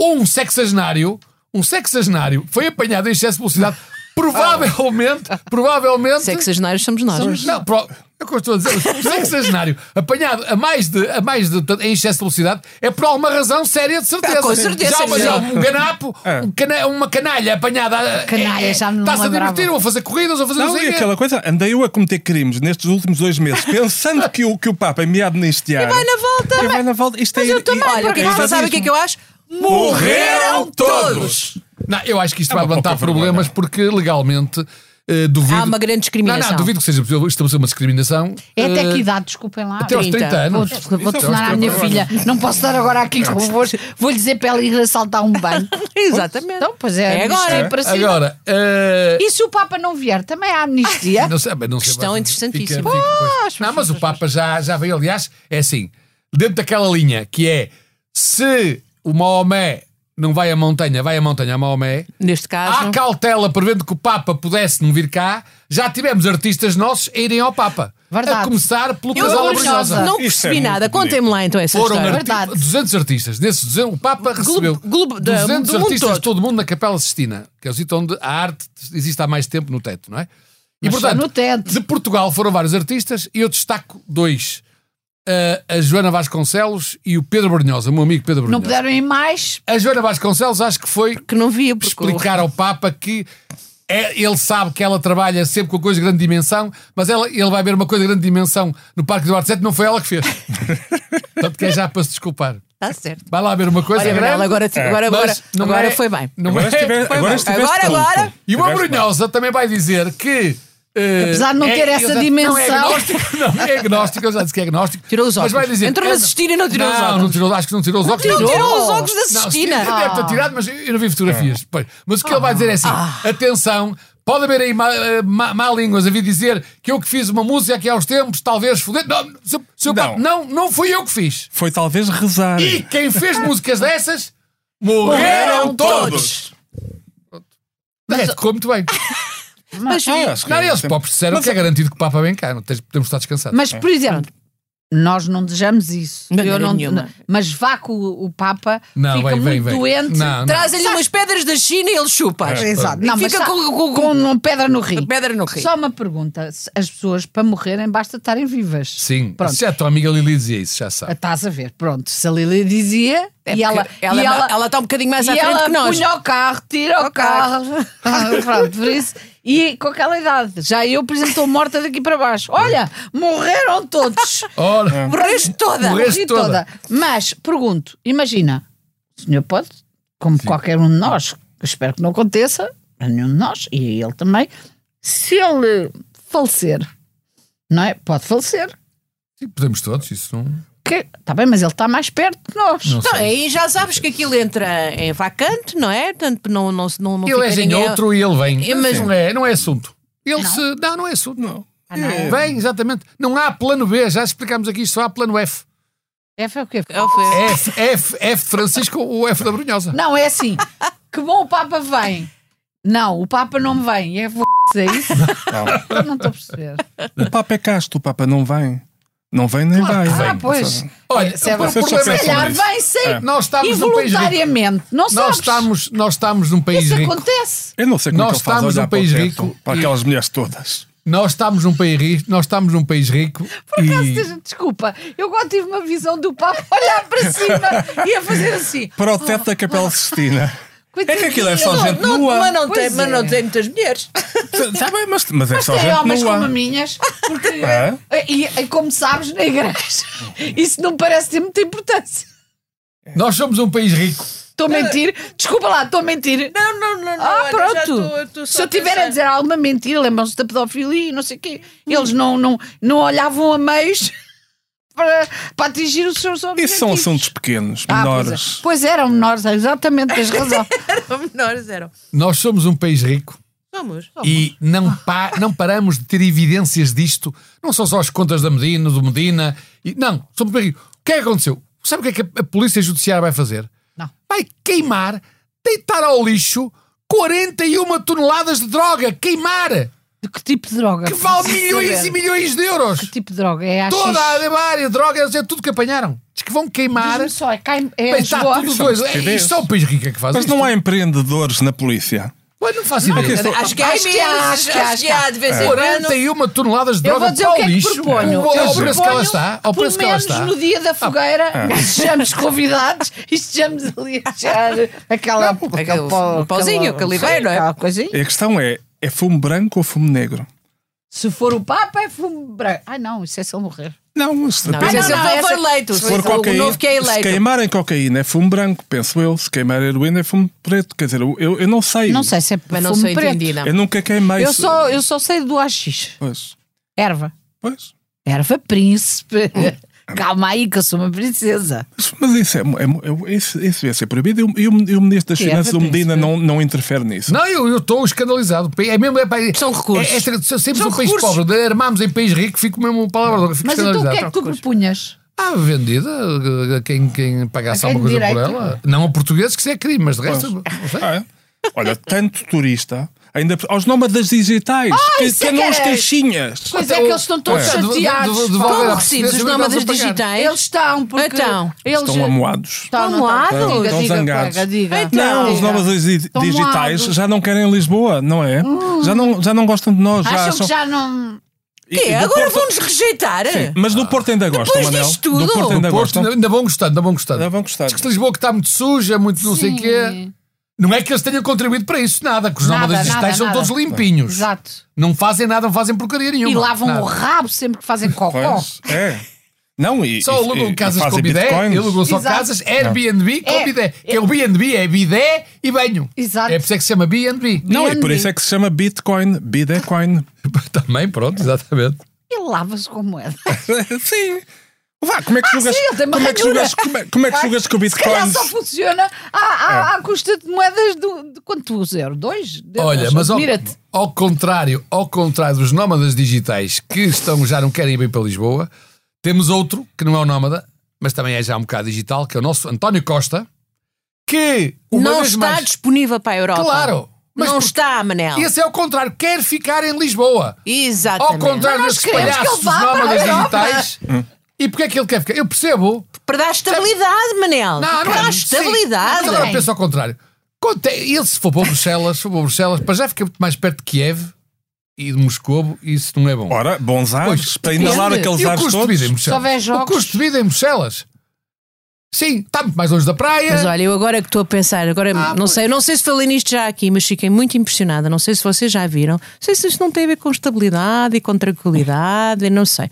S6: um sexagenário, um sexagenário foi apanhado em excesso de velocidade, provavelmente, provavelmente...
S3: Sexagenários é somos nós.
S6: Não, pro... É o que eu estou a dizer. O sexagenário apanhado a mais de, a mais de portanto, em excesso de velocidade é por alguma razão séria, de certeza.
S3: Ah, com certeza,
S6: Já,
S3: sim.
S6: mas já um ganapo,
S2: É.
S6: um cana- uma canalha apanhada. a-
S1: Canalha,
S6: é- é-
S1: já me não
S6: Está-se a
S1: lembrava.
S6: divertir, ou a fazer corridas, ou a fazer
S2: Não,
S6: sei
S2: e
S6: o quê.
S2: aquela coisa, andei eu a cometer crimes nestes últimos dois meses, pensando que o, que o Papa me ia amnistiar. E
S3: vai na volta.
S2: E vai na volta. Isto é, e-
S3: Olha,
S2: isto
S3: Carla, sabe o que é que eu acho? Morreram todos!
S6: Não, eu acho que isto vai
S2: É uma
S6: levantar
S2: pouca
S6: problemas porque legalmente eh, duvido.
S3: Há uma grande discriminação.
S6: Não, não, duvido que seja possível estabelecer uma discriminação.
S1: É até
S6: eh,
S1: que idade, desculpem lá.
S6: Até aos 30,
S3: 30
S6: anos.
S1: Vou, vou
S2: Isso é
S1: telefonar à minha
S2: ótimo.
S1: filha. Não posso dar agora aqui convosco. Vou-lhe dizer para ela ir assaltar um banco.
S3: Exatamente.
S1: Então, pois é,
S3: É agora.
S1: amnistia Para cima.
S6: Agora. eh,
S1: E se o Papa não vier, também há amnistia?
S6: Não sei, bem, não sei,
S3: Questão
S6: mas
S3: interessantíssima.
S6: fica- fica- pois.
S1: Pois,
S6: não,
S1: pois,
S6: mas o
S1: pois,
S6: Papa já, já veio, aliás, é assim, dentro daquela linha que é se o Maomé não vai à montanha, vai à montanha a Maomé,
S3: Neste
S6: Ah,
S3: caso.
S6: há cautela prevendo que o Papa pudesse não vir cá, já tivemos artistas nossos a irem ao Papa.
S1: Verdade.
S6: a começar pelo
S3: Eu
S6: casal
S3: orgulhosa,
S6: Abrunhosa.
S3: não
S2: Isso é
S3: percebi
S2: muito
S3: nada.
S2: bonito.
S3: Contem-me lá então essa
S6: Foram
S3: história.
S6: arti-
S1: verdade.
S6: 200 artistas. Desses 200, o Papa recebeu
S3: globo- da-
S6: 200
S3: do mundo
S6: artistas,
S3: todo.
S6: todo. mundo na Capela Sistina, que é o sítio onde a arte existe há mais tempo no teto, não é? E
S1: Mas só no teto.
S6: de Portugal foram vários artistas e eu destaco dois: Uh, a, a Joana Vasconcelos e o Pedro Brunhosa, o meu amigo Pedro
S1: Não
S6: Brunhosa.
S1: puderam ir mais.
S6: A Joana Vasconcelos acho que foi
S3: Que não via, porque
S6: explicar ao Papa que é- ele sabe que ela trabalha sempre com coisas de grande dimensão, mas ela, ele vai ver uma coisa de grande dimensão no Parque do Arte não foi ela que fez. Portanto, que é já para se desculpar.
S3: está Tá certo.
S6: Vai lá ver uma coisa
S3: Olha,
S6: grande. É,
S3: Manel, agora, agora,
S6: mas
S3: agora,
S6: não
S3: agora
S6: é-
S3: foi bem.
S6: não
S2: Agora
S6: é-
S2: estive-
S6: foi
S2: agora
S6: bem.
S2: estiveste
S3: Agora,
S2: pronto.
S3: agora.
S6: E o
S2: Estiveste
S6: Abrunhosa também vai dizer que. eh,
S1: Apesar de não ter essa
S6: ele-
S1: dimensão.
S6: Não é agnóstico, não é agnóstico, eu já disse que é agnóstico.
S3: Tirou os
S6: Mas vai
S3: óculos.
S6: dizer.
S3: Entrou
S6: é-
S3: na Sistina e não tirou os
S6: Não,
S3: óculos.
S6: não tirou, acho que não tirou os óculos.
S3: Não
S6: Não,
S3: tirou os óculos Ah. da
S6: Não,
S3: Sistina.
S6: Sistina deve ter tirado, mas eu não vi fotografias. Pois. Mas o que ele vai dizer é assim:
S3: Ah.
S6: atenção, pode haver aí má, eh, má, má línguas a vir dizer que eu que fiz uma música aqui há uns tempos, talvez foder. Não, seu, seu
S2: Não.
S6: Papa, não, não fui eu que fiz.
S2: Foi talvez rezar.
S6: E quem fez músicas dessas
S2: Morreram
S6: morreram
S2: todos.
S6: todos. É, ficou muito bem.
S1: Mas,
S2: Ah, acho que
S6: Não, eles
S2: sempre-
S6: pobres disseram
S2: Mas-
S6: que é garantido que o Papa vem cá. Não tens- podemos estar descansados.
S1: mas, por exemplo, nós não desejamos isso.
S3: De
S1: Eu
S3: maneira
S1: não-
S3: nenhuma.
S1: não- mas vá que o, o Papa
S6: Não,
S1: fica
S6: vem,
S1: muito
S6: vem, vem.
S1: doente.
S6: Não, não.
S3: Trazem-lhe umas pedras da China e ele
S6: É,
S3: chupa.
S1: Exato.
S3: E
S1: Não, mas
S3: fica
S1: só-
S3: com, com,
S1: com uma pedra no rio.
S3: pedra no rio.
S1: Só uma pergunta: se as pessoas para morrerem basta estarem vivas.
S6: Sim, é-
S1: Pronto. Ah,
S6: já a tua amiga Lili dizia isso, já sabe.
S1: Estás a ver, pronto. Se a Lili dizia
S3: É
S1: e
S3: porque
S1: ela,
S3: ela,
S1: e ela,
S3: ela está um bocadinho mais à
S1: e
S3: frente
S1: ela
S3: que nós.
S1: punha o carro, tira o,
S3: O
S1: carro. Ah,
S3: carro.
S1: pronto, por isso. E com aquela idade, já eu, por exemplo, estou morta daqui para baixo. Olha, morreram todos. É.
S6: Ora,
S3: Morreste toda.
S6: Morreste
S1: Morri
S6: toda.
S1: Mas, pergunto, imagina, o senhor pode, como qualquer um de nós, que espero que não aconteça, a nenhum de nós, e a ele também, se ele falecer, não é? Pode falecer.
S6: sim, podemos todos, isso não.
S1: Está bem, mas ele está mais perto que nós.
S6: não
S3: Então,
S6: sei.
S3: aí já sabes que aquilo entra em vacante, não é? Tanto não, não, não, não
S6: Ele
S3: fica
S6: é em
S3: ninguém-
S6: outro e ele vem.
S3: É, mas-
S6: não, é, não é assunto. Ele se. Não, não é assunto. Não. Vem, exatamente. Não há plano B, já explicámos aqui, só há plano F.
S1: É, foi o quê?
S3: É o fé.
S6: F, F, F Francisco ou F da Brunhosa.
S1: Não, é assim. que bom o Papa vem. Não, o Papa não vem. É f... é isso?
S2: Não.
S1: Eu não estou a perceber.
S2: O Papa é casto, o Papa não vem. Não vem nem vai.
S1: Ah, pois.
S6: Olha,
S1: Se é
S6: o
S1: verdade.
S6: problema
S1: Se
S6: é
S1: calhar
S2: isso.
S1: vem sem.
S2: É.
S6: Nós estamos num país rico.
S1: Involuntariamente. Não sabes.
S6: Nós estamos, nós estamos num país
S1: Isso
S6: rico.
S1: acontece.
S2: Eu não sei como é
S6: Nós
S2: que ele faz
S6: estamos
S2: olhar
S6: num país
S2: para, o
S6: rico
S2: teto, para
S6: e-
S2: aquelas mulheres todas.
S6: Nós estamos num país rico, nós estamos num país rico
S1: Por acaso,
S6: e
S1: seja- desculpa, eu agora tive uma visão do Papa a olhar para cima e a fazer assim.
S2: Para o teto da Capela Sistina. É que aquilo é só
S1: Coitadinho.
S2: gente nua.
S3: mas, não tem,
S1: Pois
S3: mas
S1: é.
S3: não tem muitas mulheres.
S2: Tá bem, mas, mas é só
S1: Tem
S2: gente
S1: homens como
S2: nua.
S1: a minhas, porque. eh,
S2: É?
S1: E, e como sabes, na igreja, isso não parece ter muita importância.
S6: nós somos um país rico.
S1: Estou a mentir? Desculpa lá, estou a mentir.
S3: Não, não, não. não
S1: Ah,
S3: olha, já
S1: pronto.
S3: estou- estou só
S1: Se eu tiver a
S3: pensar.
S1: dizer alguma mentira, lembram-se da pedofilia e não sei o quê.
S2: Hum.
S1: Eles não, não, não olhavam a meios para, para atingir os seus objetivos.
S2: Isso são assuntos pequenos,
S1: Ah, pois é.
S2: menores.
S1: Pois, eram menores, exatamente, tens razão.
S3: Menores eram.
S6: Nós somos um país rico
S3: Somos.
S1: Oh,
S6: e não, pa- não paramos de ter evidências disto. Não são só as contas da Medina, do Medina. E, não, somos um país rico. O que é que aconteceu? Sabe o que é que a, a Polícia Judiciária vai fazer?
S1: Não.
S6: Vai queimar, deitar ao lixo 41 toneladas de droga. Queimar!
S1: De que tipo de droga?
S6: Que vale
S1: Preciso
S6: milhões e
S1: saber.
S6: milhões de euros.
S1: Que tipo de droga? É a
S6: Toda a área, drogas, é tudo que apanharam. Diz que vão queimar.
S1: Diz-me só, é, cá em- é
S6: Bem,
S1: Lisboa?
S6: está tudo dois. É,
S2: CDs.
S6: isto é o país rico é que faz
S2: Mas
S6: isto.
S2: não há empreendedores na polícia.
S6: Ué, não faço
S2: que
S6: ideia.
S2: isso-
S3: Acho que há
S1: Acho que há,
S3: imensos,
S1: acho que há,
S3: acho que há de vez em quando.
S6: 41 toneladas de
S1: Eu
S6: droga
S1: vou dizer
S6: para
S1: o que é que
S6: lixo.
S1: proponho.
S6: Ao-
S1: Eu
S6: Ao preço que ela
S1: proponho,
S6: está. Ao
S1: pelo
S6: preço que ela
S1: menos
S6: está. Ah.
S1: no dia da fogueira, sejamos convidados e estejamos ali a achar aquela, aquele
S3: aquele
S6: um
S1: pó,
S3: pauzinho,
S1: aquela-
S3: aquele liveiro, não é?
S1: aquela coisinha.
S2: E a questão é: é fumo branco ou fumo negro?
S1: Se for o Papa, é fumo branco. Ai não, isso é se ele morrer.
S2: Não, mas
S3: Não,
S2: pensa-
S3: mas
S1: não,
S3: esse
S1: não,
S3: é
S1: essa-
S3: foi eleito.
S2: se for
S3: o
S2: cocaína,
S3: novo que é
S2: se
S3: eleito.
S2: queimarem cocaína é fumo branco, penso eu. Se queimar heroína é fumo preto. Quer dizer, eu, eu não sei.
S1: Não sei se é
S3: Mas não
S1: fumo
S3: sou
S1: preto.
S3: entendida.
S2: Eu nunca queimei.
S1: Eu
S2: se-
S1: só, eu só sei do AX.
S2: Pois,
S1: Erva.
S2: pois.
S1: Erva príncipe.
S2: Hum.
S1: Calma aí, que eu sou uma princesa.
S2: Mas, mas isso, é, é- é- isso, isso devia ser proibido. E o, e o- e o Ministro das
S1: Que é,
S2: Finanças, o
S1: pertence,
S2: Medina,
S1: não
S2: não, não interfere nisso.
S6: Não, eu eu estou escandalizado. É mesmo, é, pá, é,
S3: São recursos.
S6: É, é, sempre- sempre
S3: São
S6: um país
S3: recursos.
S6: pobre. De armarmos em país rico, fico mesmo uma palavra. de honra, Fico
S1: Mas então
S6: escandalizado.
S1: o que é que tu propunhas?
S6: Ah, vendida a- a quem, quem pagasse
S1: A quem
S6: alguma coisa
S1: de
S6: por
S1: direito.
S6: ela. Não a portugueses, que isso é crime, mas de resto. não sei.
S2: Ah, é? Olha, Ah, tanto turista. Ainda aos nómadas digitais, que,
S1: isso
S2: que
S1: é
S2: andam
S1: que
S2: aos
S1: era-
S2: caixinhas.
S1: Pois é que eles estão todos
S2: É.
S1: chateados.
S6: Devo- devo-
S1: pá.
S6: devolver
S3: Como
S6: a
S3: recebidos os
S6: perceber,
S3: nómadas
S6: mas eles vão pagar.
S3: digitais?
S1: Eles estão, porque.
S3: Então,
S1: eles
S2: Estão amoados.
S1: Estão, não
S3: Amoados?
S1: Diga,
S2: Estão
S1: diga,
S2: zangados.
S1: colega, diga.
S3: Então,
S2: Não, os
S1: diga.
S2: nómadas di-
S1: Estão
S2: digitais
S1: moados.
S2: já não querem Lisboa, não é? Já, não, já não gostam de nós. já
S1: Acham que
S2: acham-
S1: já não.
S2: E- e
S3: Quê?
S2: do
S3: Agora
S2: Porto-
S3: vão-nos rejeitar?
S2: Sim, mas do Porto ainda gostam,
S3: disto
S2: Manel.
S3: tudo?
S2: Do Porto ainda
S6: Porto,
S2: gostam.
S6: ainda vão gostando, ainda vão gostando.
S2: Ainda vão gostar.
S6: Diz que Lisboa que está muito suja, muito não sei o
S1: Sim.
S6: quê. Não é que eles tenham contribuído para isso, nada, que os
S1: Nada,
S6: nómadas digitais
S1: nada,
S6: são
S1: nada.
S6: todos limpinhos.
S1: Exato.
S6: Não fazem nada, não fazem porcaria nenhuma.
S1: E lavam
S6: Nada.
S1: o rabo sempre que fazem cocó.
S2: Pois, é. Não, e,
S6: Só
S2: e-
S6: alugam
S2: e-
S6: casas
S2: e
S6: com
S2: fazem
S6: bidé,
S2: bitcoins.
S6: alugam só
S1: Exato.
S6: casas, Airbnb com
S1: É,
S6: bidé. Que
S1: é.
S6: é o BNB, é bidé e banho.
S1: Exato.
S6: É por isso é que se chama BNB.
S2: Não, e por
S1: BNB.
S2: isso é que se chama Bitcoin, Bidecoin.
S6: Também, pronto, exatamente.
S1: E lava-se com moeda.
S2: É Sim. Vá, como é que julgas,
S1: sim, ele tem uma
S2: como é que
S1: ranhura.
S2: julgas, como é, como é que julgas que o
S1: Se calhar só
S2: Bitcoin...
S1: funciona à,
S2: É.
S1: à, à custa de moedas do, de quanto? tu, Zero? Dois?
S6: Olha, mas ao,
S1: Mira-te.
S6: ao contrário, ao contrário dos nómadas digitais que estão já não querem ir bem para Lisboa, temos outro que não é o nómada, mas também é já um bocado digital, que é o nosso António Costa, que uma
S3: Não
S6: vez
S3: está
S6: mais,
S3: disponível para a Europa.
S6: Claro, mas
S3: não
S6: porque-
S3: está, Manel.
S6: esse é o contrário, quer ficar em Lisboa. Ao
S3: Exatamente.
S6: contrário
S1: Ah, Mas nós
S6: desses
S1: queremos
S6: palhaços
S1: que ele
S6: dos
S1: vá para a
S6: nómadas
S1: Europa.
S6: digitais. E porque é que ele quer ficar? Eu percebo.
S3: Para dar estabilidade, Manel.
S6: Não, não
S3: para
S6: é.
S3: dar
S6: Sim.
S3: estabilidade.
S6: Mas Agora penso ao contrário. Conte- Ele, se for para Bruxelas, se for para Bruxelas, para já fica muito mais perto de Kiev e de Moscovo, e isso não é bom.
S2: Ora, bons ares,
S6: Pois,
S2: para inalar
S1: depende.
S2: aqueles
S6: e o
S2: ares
S6: custo de
S2: todos.
S6: vida em
S1: Se houver
S6: Bruxelas? O
S1: jogos.
S6: custo de vida em Bruxelas? Sim, está muito mais longe da praia.
S3: Mas olha, eu agora que estou a pensar, agora não sei, não sei se falei nisto já aqui, mas fiquei muito impressionada. Não sei se vocês já viram. Não sei se isto não tem a ver com estabilidade e com tranquilidade, eu não sei.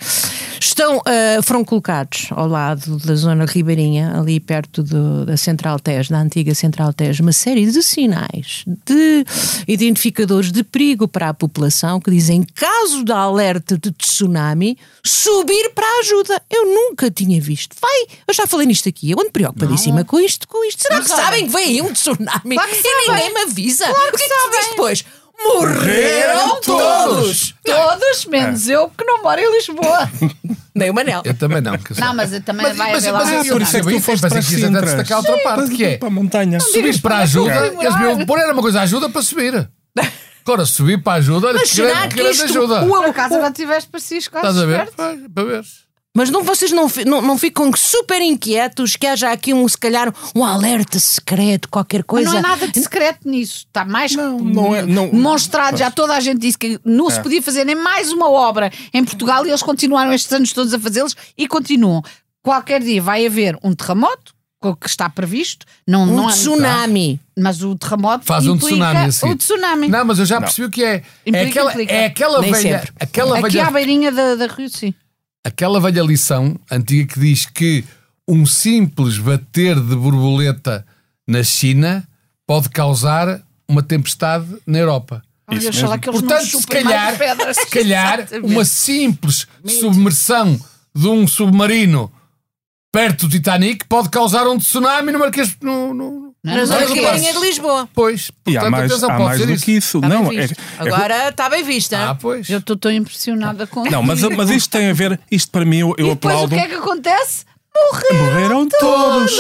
S3: Estão, ah, foram colocados ao lado da zona ribeirinha, ali perto do- da Central Tejo, da antiga Central Tejo, uma série de sinais, de identificadores de perigo para a população que dizem, caso da alerta de tsunami, subir para a ajuda. Eu nunca tinha visto. Vai, eu já falei nisto aqui, eu ando preocupadíssima com isto, com isto. Será que
S1: olha,
S3: sabem que vem aí um tsunami?
S1: Claro que
S3: e ninguém
S1: sabem.
S3: me avisa.
S1: Claro
S3: o que
S1: que
S3: é que se diz
S1: sabem.
S3: depois? Morreram
S2: Morreram
S3: todos!
S1: Todos, menos eu, que não moro em Lisboa.
S3: Nem o Manel.
S6: Eu também não. que eu sei.
S1: Não, mas também vai haver lá.
S6: mas
S2: Ah,
S1: um
S6: eu
S2: por isso é que
S6: percebo
S2: tu
S6: isso,
S2: foste
S6: mas
S2: para
S6: aqui isso até
S2: Sintra.
S6: destacar outra
S2: Sim,
S6: parte, que é-
S2: Para a montanha.
S6: Subir para a ajuda,
S1: Claro.
S6: eles deviam pôr era uma coisa, ajuda para subir. Agora, subir para a ajuda, olha
S3: Mas
S6: que
S3: será
S6: grande,
S3: que
S6: grande
S3: isto-
S6: ajuda.
S1: Por acaso agora tiveste para si quase
S6: Estás a ver?
S1: esperto.
S6: Pois, Para ver.
S3: Mas não, vocês não, fi- não, não ficam super inquietos que haja aqui um, se calhar, um alerta secreto, qualquer
S1: Mas
S3: coisa.
S1: Não há nada de secreto nisso. Está mais
S2: Não,
S1: que
S2: não é- não-
S1: demonstrado. Já toda a gente disse que não se podia fazer nem mais uma obra em Portugal e eles continuaram estes anos todos a fazê-los e continuam. Qualquer dia vai haver um terremoto, co- que está previsto, não,
S3: Um
S1: não há-
S3: tsunami.
S1: mas o terremoto
S6: Faz um
S1: implica
S6: tsunami a seguir.
S1: o tsunami.
S6: Não, mas eu já percebi o que é. É
S1: Implica,
S6: aquela,
S1: implica.
S6: é aquela
S3: Nem
S6: velha.
S3: sempre.
S6: Aquela
S1: Aqui à
S6: velha,
S1: beirinha da, da Rio, sim.
S6: aquela velha lição antiga que diz que um simples bater de borboleta na China pode causar uma tempestade na Europa.
S1: Olha,
S2: Isso
S1: oxalá
S2: mesmo.
S1: que eles não
S6: Portanto, se
S1: chupem mais
S6: calhar,
S1: pedras.
S6: se calhar
S1: Exatamente.
S6: uma simples submersão de um submarino perto do Titanic pode causar um tsunami no Marquês. No, no...
S1: Não, é?
S3: Na
S1: não, não,
S3: zona
S6: Mas é que
S1: não.
S6: repare-se.
S3: ribeirinha é de Lisboa.
S6: Pois,
S2: E
S6: portanto,
S2: há mais,
S6: atenção,
S2: há
S6: pode
S2: mais
S6: ser
S2: do
S6: isso.
S2: que isso.
S3: Está bem
S2: Não, é-
S3: visto.
S2: é-
S3: Agora está bem vista.
S6: Ah, pois.
S1: Eu estou tão impressionada com
S2: Não, mas,
S1: isso.
S2: mas isto tem a ver, isto para mim, eu, eu
S1: E depois
S2: aplaudo. um
S1: o que é que acontece? Morrer!
S2: Morreram todos.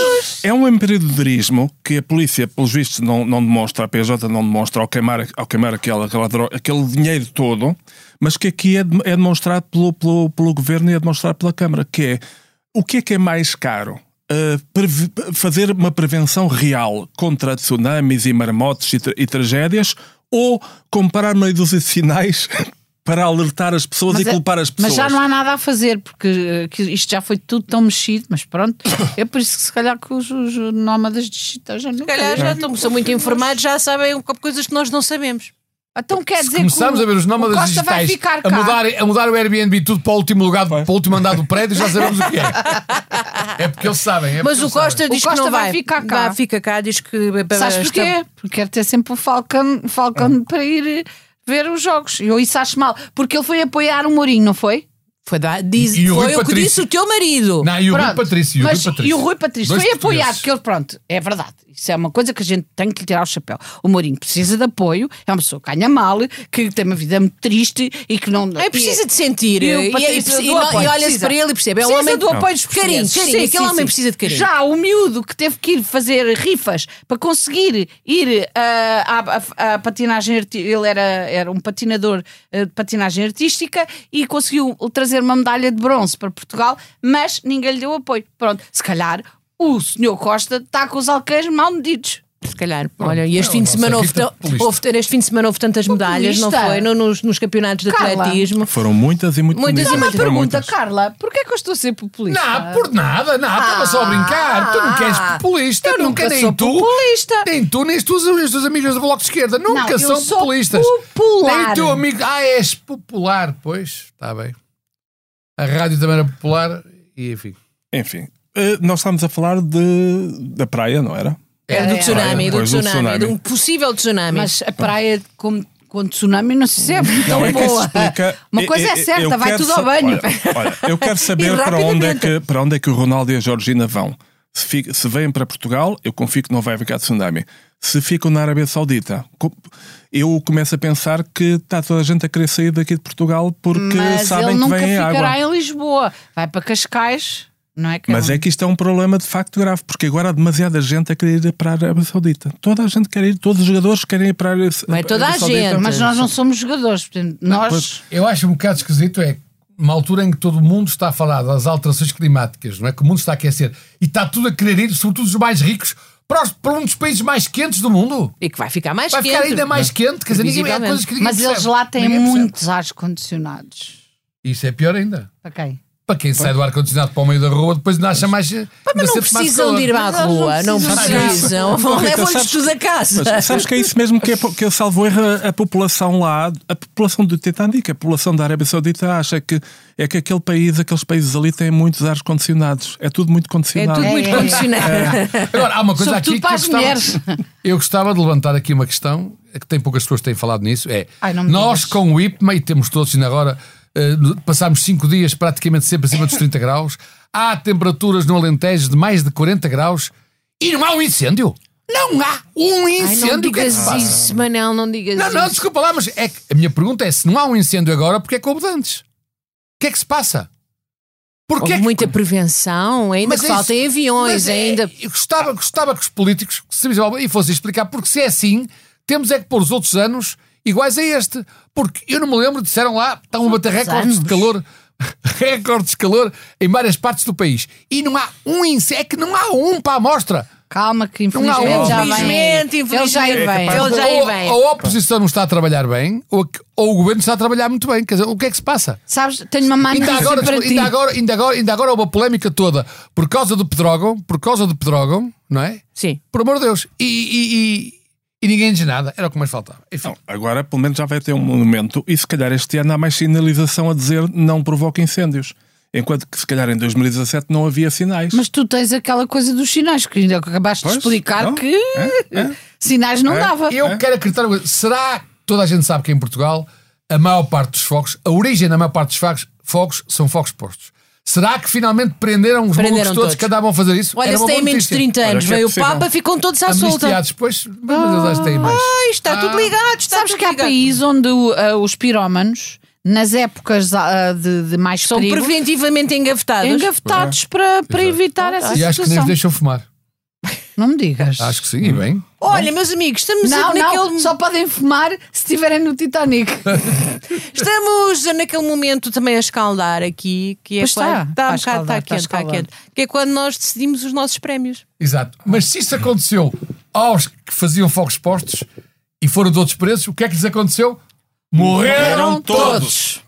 S2: É um empreendedorismo que a polícia, pelos vistos, não, não demonstra, a PJ não demonstra ao queimar, ao queimar aquela, aquela dro- aquele dinheiro todo, mas que aqui é, de- é demonstrado pelo, pelo, pelo governo e é demonstrado pela Câmara, que é o que é que é mais caro? Uh, preve- fazer uma prevenção real contra tsunamis e marmotes e, tra- e tragédias ou comprar meio dúzia de sinais para alertar as pessoas e
S1: é-
S2: culpar as pessoas?
S1: mas já não há nada a fazer, porque eh, que isto já foi tudo tão mexido, mas pronto. É por isso que se calhar que os, os nómadas digitais já não
S3: Se
S6: é.
S3: calhar já estão, são muito informados, já sabem um coisas que nós não sabemos.
S1: Então quer dizer
S6: Começamos
S1: que
S6: a ver os
S1: o
S6: nómadas
S1: Costa vai
S6: digitais
S1: ficar
S6: a
S1: cá.
S6: mudar, a mudar o Airbnb tudo para o último lugar,
S2: Vai.
S6: para o último andar do prédio, já sabemos o que é. É porque eles sabem. é
S3: Mas
S6: porque
S3: o
S6: eles sabem.
S3: Costa diz
S1: O
S3: que
S1: Costa
S3: não
S1: vai
S3: vai.
S1: ficar cá.
S3: Vai, fica cá, diz que.
S1: Sabes porquê? Porque quer ter sempre o Falcão, Falcão para ir eh, ver os jogos. E eu isso acho mal, porque ele foi apoiar o Mourinho, não foi?
S3: Foi, da- diz-
S6: E- e o
S3: foi
S6: Rui
S3: o que
S6: Patrício?
S3: disse o teu marido.
S6: Não, e o Rui
S1: Pronto.
S6: Patrício. E o Rui
S1: Mas-
S6: Patrício,
S1: E o Rui Patrício
S6: Dois
S1: foi apoiado,
S6: portugueses.
S1: que ele, pronto, é verdade. Isso é uma coisa que a gente tem que lhe tirar o chapéu. O Mourinho precisa de apoio, é uma pessoa que ganha mal, que tem uma vida muito triste e que não.
S3: É precisa de sentir.
S1: E o
S3: E, e,
S1: Patrício
S3: e-
S1: do
S3: e-
S1: apoio,
S3: e olha-se
S1: precisa.
S3: para ele e percebe. É um
S1: Precisa
S3: homem
S1: do apoio dos
S3: Carinho,
S1: portugueses.
S3: carinho.
S1: Sim,
S3: aquele
S1: sim,
S3: homem
S1: sim.
S3: precisa de carinho.
S1: Já o miúdo que teve que ir fazer rifas para conseguir ir ah, à, à- à patinagem arti- ele era, era um patinador ah, de patinagem artística e conseguiu trazer uma medalha de bronze para Portugal, mas ninguém lhe deu apoio. Pronto, se calhar o senhor Costa está com os alqueires mal medidos.
S3: Se calhar. Olha, e este fim de
S6: nossa
S3: semana houve,
S6: Rita
S3: tão-
S6: populista.
S3: houve- este fim de semana houve tantas medalhas, não
S1: Populista.
S3: foi? No- nos, nos campeonatos de
S1: Carla.
S3: atletismo.
S2: Foram muitas e muito
S3: Muitas e
S2: bonitas.
S3: muitas.
S2: Foram
S1: Pergunta,
S2: muitas.
S1: Carla, porquê é que eu estou a ser populista?
S6: Não, por nada, não, estava só a brincar. Tu não queres populista,
S1: Ah. Eu
S6: nunca
S1: nunca
S6: nem
S1: sou
S6: tu.
S1: populista.
S6: Nem tu, nem as tuas, as tuas amigas do Bloco de Esquerda. Nunca
S1: eu
S6: são
S1: sou
S6: populistas.
S1: popular.
S6: Nem o teu amigo. Ah, és popular, pois. Está bem. A rádio também era popular e enfim.
S2: Enfim, eh, nós estávamos a falar de, da praia, não era?
S6: É
S3: Era do tsunami, É, do
S2: Pois, do
S3: tsunami,
S2: tsunami.
S3: de um possível tsunami.
S1: Mas a praia com, com tsunami não se serve tão
S2: Não é que se
S1: boa.
S2: explica.
S1: Uma
S2: Eu-
S1: coisa
S2: eu-
S1: é certa,
S2: eu
S1: vai
S2: quero
S1: tudo
S2: sa-
S1: ao banho.
S2: Olha, olha, eu quero
S3: E
S2: saber para onde, é
S3: rapidamente.
S2: que, para onde é que o Ronaldo e a Georgina vão. Se, fi- se vêm para Portugal, eu confio que não vai ficar tsunami. Se ficam na Arábia Saudita, co- eu começo a pensar que está toda a gente a querer sair daqui de Portugal porque
S1: Mas ele
S2: sabem que
S1: nunca
S2: vem
S1: ficará
S2: água.
S1: em Lisboa. Vai para Cascais, não é que
S2: Mas é que isto é um problema de facto grave, porque agora há demasiada gente a querer ir para a Arábia Saudita. Toda a gente quer ir, todos os jogadores querem ir para a Arábia Saudita.
S1: é
S3: Mas é toda a gente.
S1: Mas nós não somos jogadores, portanto, nós.
S6: Eu acho um bocado esquisito é uma altura em que todo o mundo está a falar das alterações climáticas, não é? Que o mundo está a aquecer e está tudo a querer ir, sobretudo os mais ricos, para, os- para um dos países mais quentes do mundo.
S3: E que vai ficar mais
S6: Vai
S3: quente.
S6: ficar ainda mais quente, quer dizer, ninguém é
S3: Visivelmente.
S6: coisas que ninguém
S1: Mas eles
S6: percebe.
S1: lá têm
S6: Ninguém percebe.
S1: muitos ares condicionados.
S6: Isso é pior ainda.
S1: Para quem?
S6: Para quem sai do ar-condicionado para o meio da rua, depois não acha mais.
S3: Mas não precisam de ir à
S1: Mas eles não
S3: rua, não
S1: precisam
S6: de ir.
S3: precisam.
S2: Rita,
S3: Levam-lhes
S2: sabes-
S3: tudo a casa.
S2: Mas sabes que é isso mesmo que, é, po- que eu salvo erro a, a população lá, a população do Titanic, a população da Arábia Saudita acha que é que aquele país, aqueles países ali têm muitos ares condicionados. É tudo muito
S3: É
S2: condicionado.
S3: tudo
S1: É,
S3: muito
S1: é, é.
S3: condicionado.
S6: Agora, há uma coisa
S1: Sobretudo
S6: aqui que
S1: para
S6: eu
S1: as
S6: gostava,
S1: mulheres.
S6: eu gostava de levantar aqui uma questão é que tem poucas pessoas que têm falado nisso. É
S1: Ai, não me
S6: nós
S1: digas.
S6: com o IPMA e temos todos ainda agora eh, passámos 5 dias praticamente sempre acima dos 30 graus. Há temperaturas no Alentejo de mais de 40 graus e não há um incêndio. Não há um
S3: Ai, não
S6: incêndio. O que é que
S3: digas
S6: se passa?
S3: isso, Manel, não digas
S6: Não,
S3: isso.
S6: não, desculpa lá, mas é que a minha pergunta é: se não há um incêndio agora, porque é que houve de antes? O que é que se passa? Porquê
S3: Houve
S6: é que
S3: muita prevenção, ainda
S6: Mas
S3: que
S6: é isso-
S3: faltem aviões,
S6: Mas é-
S3: ainda.
S6: eu gostava, gostava que os políticos que se visual- e fossem explicar, porque se é assim, temos é que pôr os outros anos iguais a este. Porque eu não me lembro, disseram lá, estão a bater
S1: outros
S6: recordes de
S1: anos?
S6: calor, recordes de calor em várias partes do país. E não há um inseto, é que não há um para a amostra.
S1: Calma, que
S6: há
S1: infelizmente
S6: um.
S1: já vem.
S3: Infelizmente,
S1: Ele já aí
S3: infelizmente.
S1: vem.
S3: É capaz- Ele já aí
S6: ou,
S3: vem.
S6: ou a oposição não está a trabalhar bem, ou, a- ou o governo está a trabalhar muito bem. Quer dizer, o que é que se passa?
S1: Sabes, tenho
S3: tá
S1: uma má
S6: Ainda
S1: notícia
S6: tá agora,
S1: para ti.
S6: ainda, agora, ainda, agora, ainda agora houve uma polémica toda por causa do Pedrógão, por causa do Pedrógão, não é?
S3: Sim.
S6: Por amor de Deus. E, e- e- e ninguém diz nada. Era o que mais faltava. Enfim.
S2: Não, agora pelo menos já vai ter um monumento e se calhar este ano há mais sinalização a dizer não provoca incêndios. Enquanto que se calhar em 2017 não havia sinais.
S1: Mas tu tens aquela coisa dos sinais que ainda acabaste
S2: Pois,
S1: de explicar
S2: não,
S1: que
S2: é, é.
S1: sinais não
S2: É,
S1: dava.
S6: Eu quero acreditar. uma coisa. Será que toda a gente sabe que em Portugal a maior parte dos focos, a origem da maior parte dos focos, focos são focos postos? Será que finalmente prenderam os
S3: Prenderam
S6: malucos todos,
S3: todos.
S6: que andavam a fazer isso?
S3: Olha,
S6: Era
S3: se
S6: uma
S3: tem
S6: boa
S3: menos de
S6: notícia.
S3: 30 anos,
S2: Olha, que é
S3: veio o
S2: possível.
S3: Papa, ficam todos à solta.
S6: Amnistiados, pois, mas eles acho que têm mais.
S3: Ai, está tudo ligado, está
S1: Sabes
S3: tudo
S1: que há
S3: ligado.
S1: países onde ah, os pirómanos, nas épocas ah, de, de mais
S3: São
S1: perigo,
S3: preventivamente engavetados.
S1: engavetados
S2: É.
S1: para, para evitar
S3: Ah,
S1: essa
S6: E acho que nem
S1: situação.
S6: os deixam fumar.
S1: Não me digas.
S6: Acho que sim, e bem.
S3: Olha, meus amigos, estamos
S1: Não,
S3: naquele
S1: não, só podem fumar se estiverem no Titanic.
S3: Estamos naquele momento também a escaldar aqui, que é
S1: Pois
S3: quando
S1: está,
S3: está, um
S1: está a escaldar, está
S3: bocado- está
S1: a
S3: quente, está
S1: escaldar.
S3: quente, que é quando nós decidimos os nossos prémios.
S6: Exato. Mas se isso aconteceu aos que faziam fogos postos e foram de outros presos, o que é que lhes aconteceu? Morreram
S2: Morreram
S6: todos!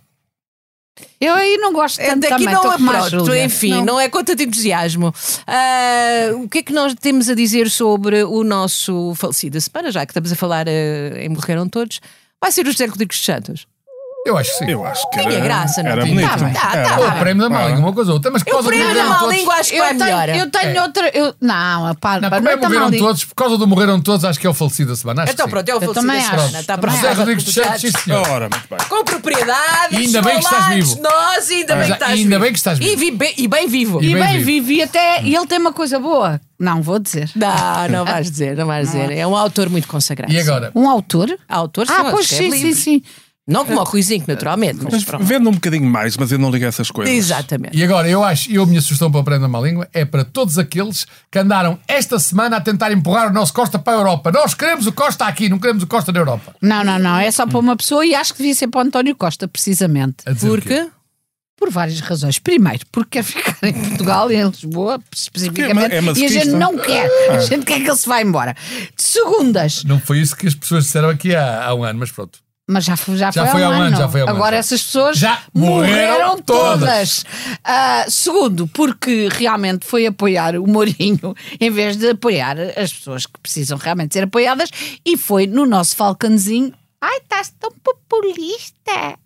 S1: Eu aí não gosto tanto
S3: Daqui
S1: também,
S3: não
S1: estou
S3: é
S1: como a
S3: pronto,
S1: Júlia.
S3: enfim, não. é conta de entusiasmo. Ah, o que é que nós temos a dizer sobre o nosso falecido da semana, já que estamos a falar ah, em Morreram Todos? Vai ser o José Rodrigues dos Santos.
S6: Eu acho que sim.
S2: Eu acho que
S3: Tinha
S2: era,
S3: graça, não
S2: era
S3: tinha?
S2: bonito.
S3: Tá bem, tá,
S2: Era.
S3: tá
S6: Ou
S3: bem.
S6: o prémio da má língua, uma coisa ou outra, mas por
S3: O
S6: causa do
S3: prémio da
S6: morreram
S3: má
S6: todos.
S3: língua acho que
S1: Eu
S3: vai melhor.
S1: tenho, eu tenho
S6: É.
S1: outra. Eu, não, a par, par,
S6: Não, porque
S1: não
S6: bem
S1: está mal
S2: um
S6: morreram
S1: dito.
S6: todos, por causa do morreram todos, acho que é o falecido da semana. Acho
S3: Então
S6: que
S3: pronto,
S6: sim.
S3: é o falecido
S1: também
S3: da
S1: acho.
S3: semana. Está para
S1: Também
S6: José
S1: acho.
S6: Rodrigues dos Santos, sim senhor.
S2: Ora, muito bem.
S3: Com propriedade,
S6: E ainda bem que estás
S3: chocolates,
S6: vivo.
S3: Nós, e ainda bem
S6: Mas
S3: que estás
S6: ainda
S3: vivo.
S6: bem que estás
S3: E, vi- bem, e bem vivo.
S1: E
S6: bem
S1: bem
S6: vivo.
S2: Hum.
S1: vivo. E até e ele tem uma coisa boa
S7: Não, vou dizer.
S3: Não, não vais dizer, não vais dizer. É um autor muito consagrado.
S6: E agora?
S7: Um autor?
S3: Autor, sim,
S7: Ah,
S3: ele
S7: pois sim,
S3: escreve
S7: sim,
S3: livros.
S7: sim.
S3: Não como o Ruizinho, naturalmente, mas
S2: Mas
S3: pronto.
S2: vendo um bocadinho mais, mas eu não ligo a essas coisas.
S3: Exatamente.
S6: E agora, eu acho, eu a minha sugestão para aprender uma língua é para todos aqueles que andaram esta semana a tentar empurrar o nosso Costa para a Europa. Nós queremos o Costa aqui, não queremos o Costa na Europa.
S7: Não, não, não. É só
S2: Hum.
S7: para uma pessoa e acho que devia ser para o António Costa, precisamente.
S6: A dizer o quê?
S3: Porque
S7: Por várias razões. Primeiro, porque quer ficar em Portugal e em Lisboa, especificamente.
S2: Porque é ma- é
S7: e a gente
S2: masoquista. Ah.
S7: não quer. A gente quer que ele se vá embora. Segundas,
S6: Não foi isso que as pessoas disseram aqui há, há um ano, mas pronto.
S7: Mas já foi, já
S6: Já
S7: foi,
S6: foi
S7: há um ano.
S6: já foi há um ano,
S7: Agora
S6: já.
S7: essas pessoas
S6: Já
S7: morreram,
S6: morreram
S7: todas. Ah, segundo, porque realmente foi apoiar o Mourinho em vez de apoiar as pessoas que precisam realmente ser apoiadas e foi no nosso falcãozinho. Ai, estás tão populista.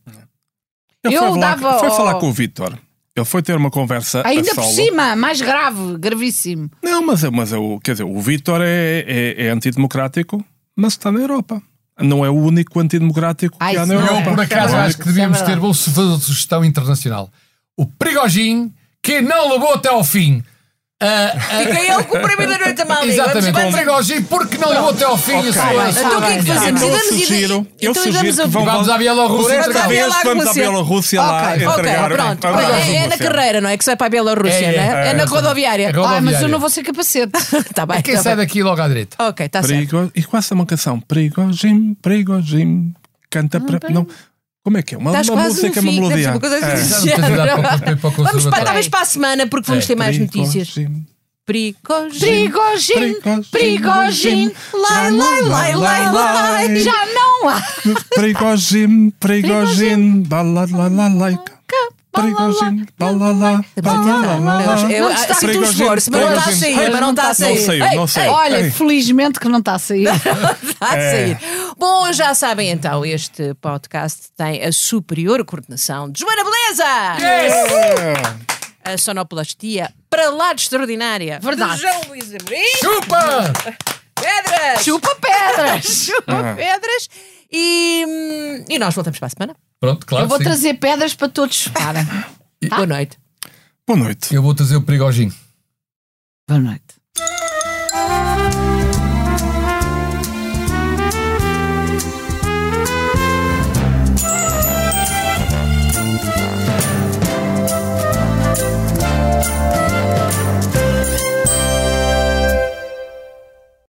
S2: Ele
S7: Eu
S2: foi, falar,
S7: dava
S2: foi
S7: ao-
S2: falar com o Vítor. Ele foi ter uma conversa a
S7: Ainda por
S2: solo.
S7: cima, mais grave, gravíssimo.
S2: Não, mas, é- mas é o- quer dizer, o Vítor é, é, é antidemocrático, mas está na Europa. Não é o único antidemocrático
S7: Ah,
S2: que há
S7: isso
S2: na
S7: não é.
S2: Europa.
S6: Eu, por acaso,
S2: É o
S6: acho
S2: único.
S6: que devíamos
S7: Isso é
S6: ter, vou
S7: verdade.
S6: fazer uma sugestão internacional. O Prigogine, que não levou até ao fim. Ah,
S3: fica ele com o primeiro da noite a mal.
S6: ah,
S3: amigo. Vamos
S6: exatamente, o
S3: embora.
S6: Prigogine, porque não levou até ao fim a sua...
S3: Então o que é que
S7: Está bem,
S3: fazemos?
S2: Então eu
S3: Iremos ir-
S2: sugiro, eu
S3: então
S2: sugiro
S3: iremos a-
S2: que vão
S6: Vamos à Bielorrússia
S2: Outra
S6: entregar.
S2: vez vamos à
S3: Bielorrússia.
S2: Bielorrússia lá
S7: Ok,
S3: Ok,
S2: entregar.
S3: pronto.
S2: Vamos à
S3: É, é na
S2: Bielorrússia.
S3: carreira, não é? Que sai para a Bielorrússia,
S6: É, é,
S3: não é?
S6: é,
S3: É na
S6: é.
S3: rodoviária.
S6: É
S7: Ai, mas eu
S6: Rodoviária.
S7: não vou ser capacete.
S3: Está bem.
S6: É quem
S3: tá
S6: sai
S3: bem.
S6: daqui logo à direita.
S3: Ok, está Tá certo.
S2: Perigo, e com essa uma canção? Perigo, Jim, perigo, Jim, canta para. Não, como é que é? Uma,
S3: Estás
S2: uma
S3: quase
S2: música,
S3: no
S2: uma
S3: fim,
S2: melodia.
S3: deve ser uma coisa
S2: É.
S3: assim.
S6: Já não tens idade para- para- para o
S3: Vamos para,
S6: conservatório.
S3: talvez para a semana, porque vamos ter mais
S2: Perigo,
S3: notícias.
S2: Jim,
S3: Perigos.
S7: Prigogine,
S2: Prigogine,
S7: Prigogine, lai, lai, lai, lai, lai. Já não há.
S2: Perigojim, perigojim, balalalaika. Perigojim, balalá,
S3: Tá
S2: balalá.
S3: Eu
S7: Não está-
S3: sinto um
S2: Perigogine,
S3: esforço, mas não está a
S2: perigogine.
S3: sair, mas não está a sair.
S2: Não saiu,
S3: Ei,
S2: não saiu.
S7: tá Olha,
S2: Ei.
S7: felizmente que não está a sair.
S3: Está
S2: É.
S3: a sair. Bom, já sabem então, este podcast tem a superior coordenação de Joana Beleza! A sonoplastia para lá de extraordinária.
S7: Verdade.
S3: De João Luís Amorim,
S6: Chupa!
S3: Pedras!
S7: Chupa
S2: Ah.
S7: pedras!
S3: Chupa Pedras! E, hum, e nós voltamos para a semana.
S6: Pronto, claro
S7: Eu vou
S6: que sim.
S7: trazer pedras para todos chuparem.
S3: Boa noite.
S2: Boa noite.
S6: Eu vou trazer o Prigogine.
S7: Boa noite.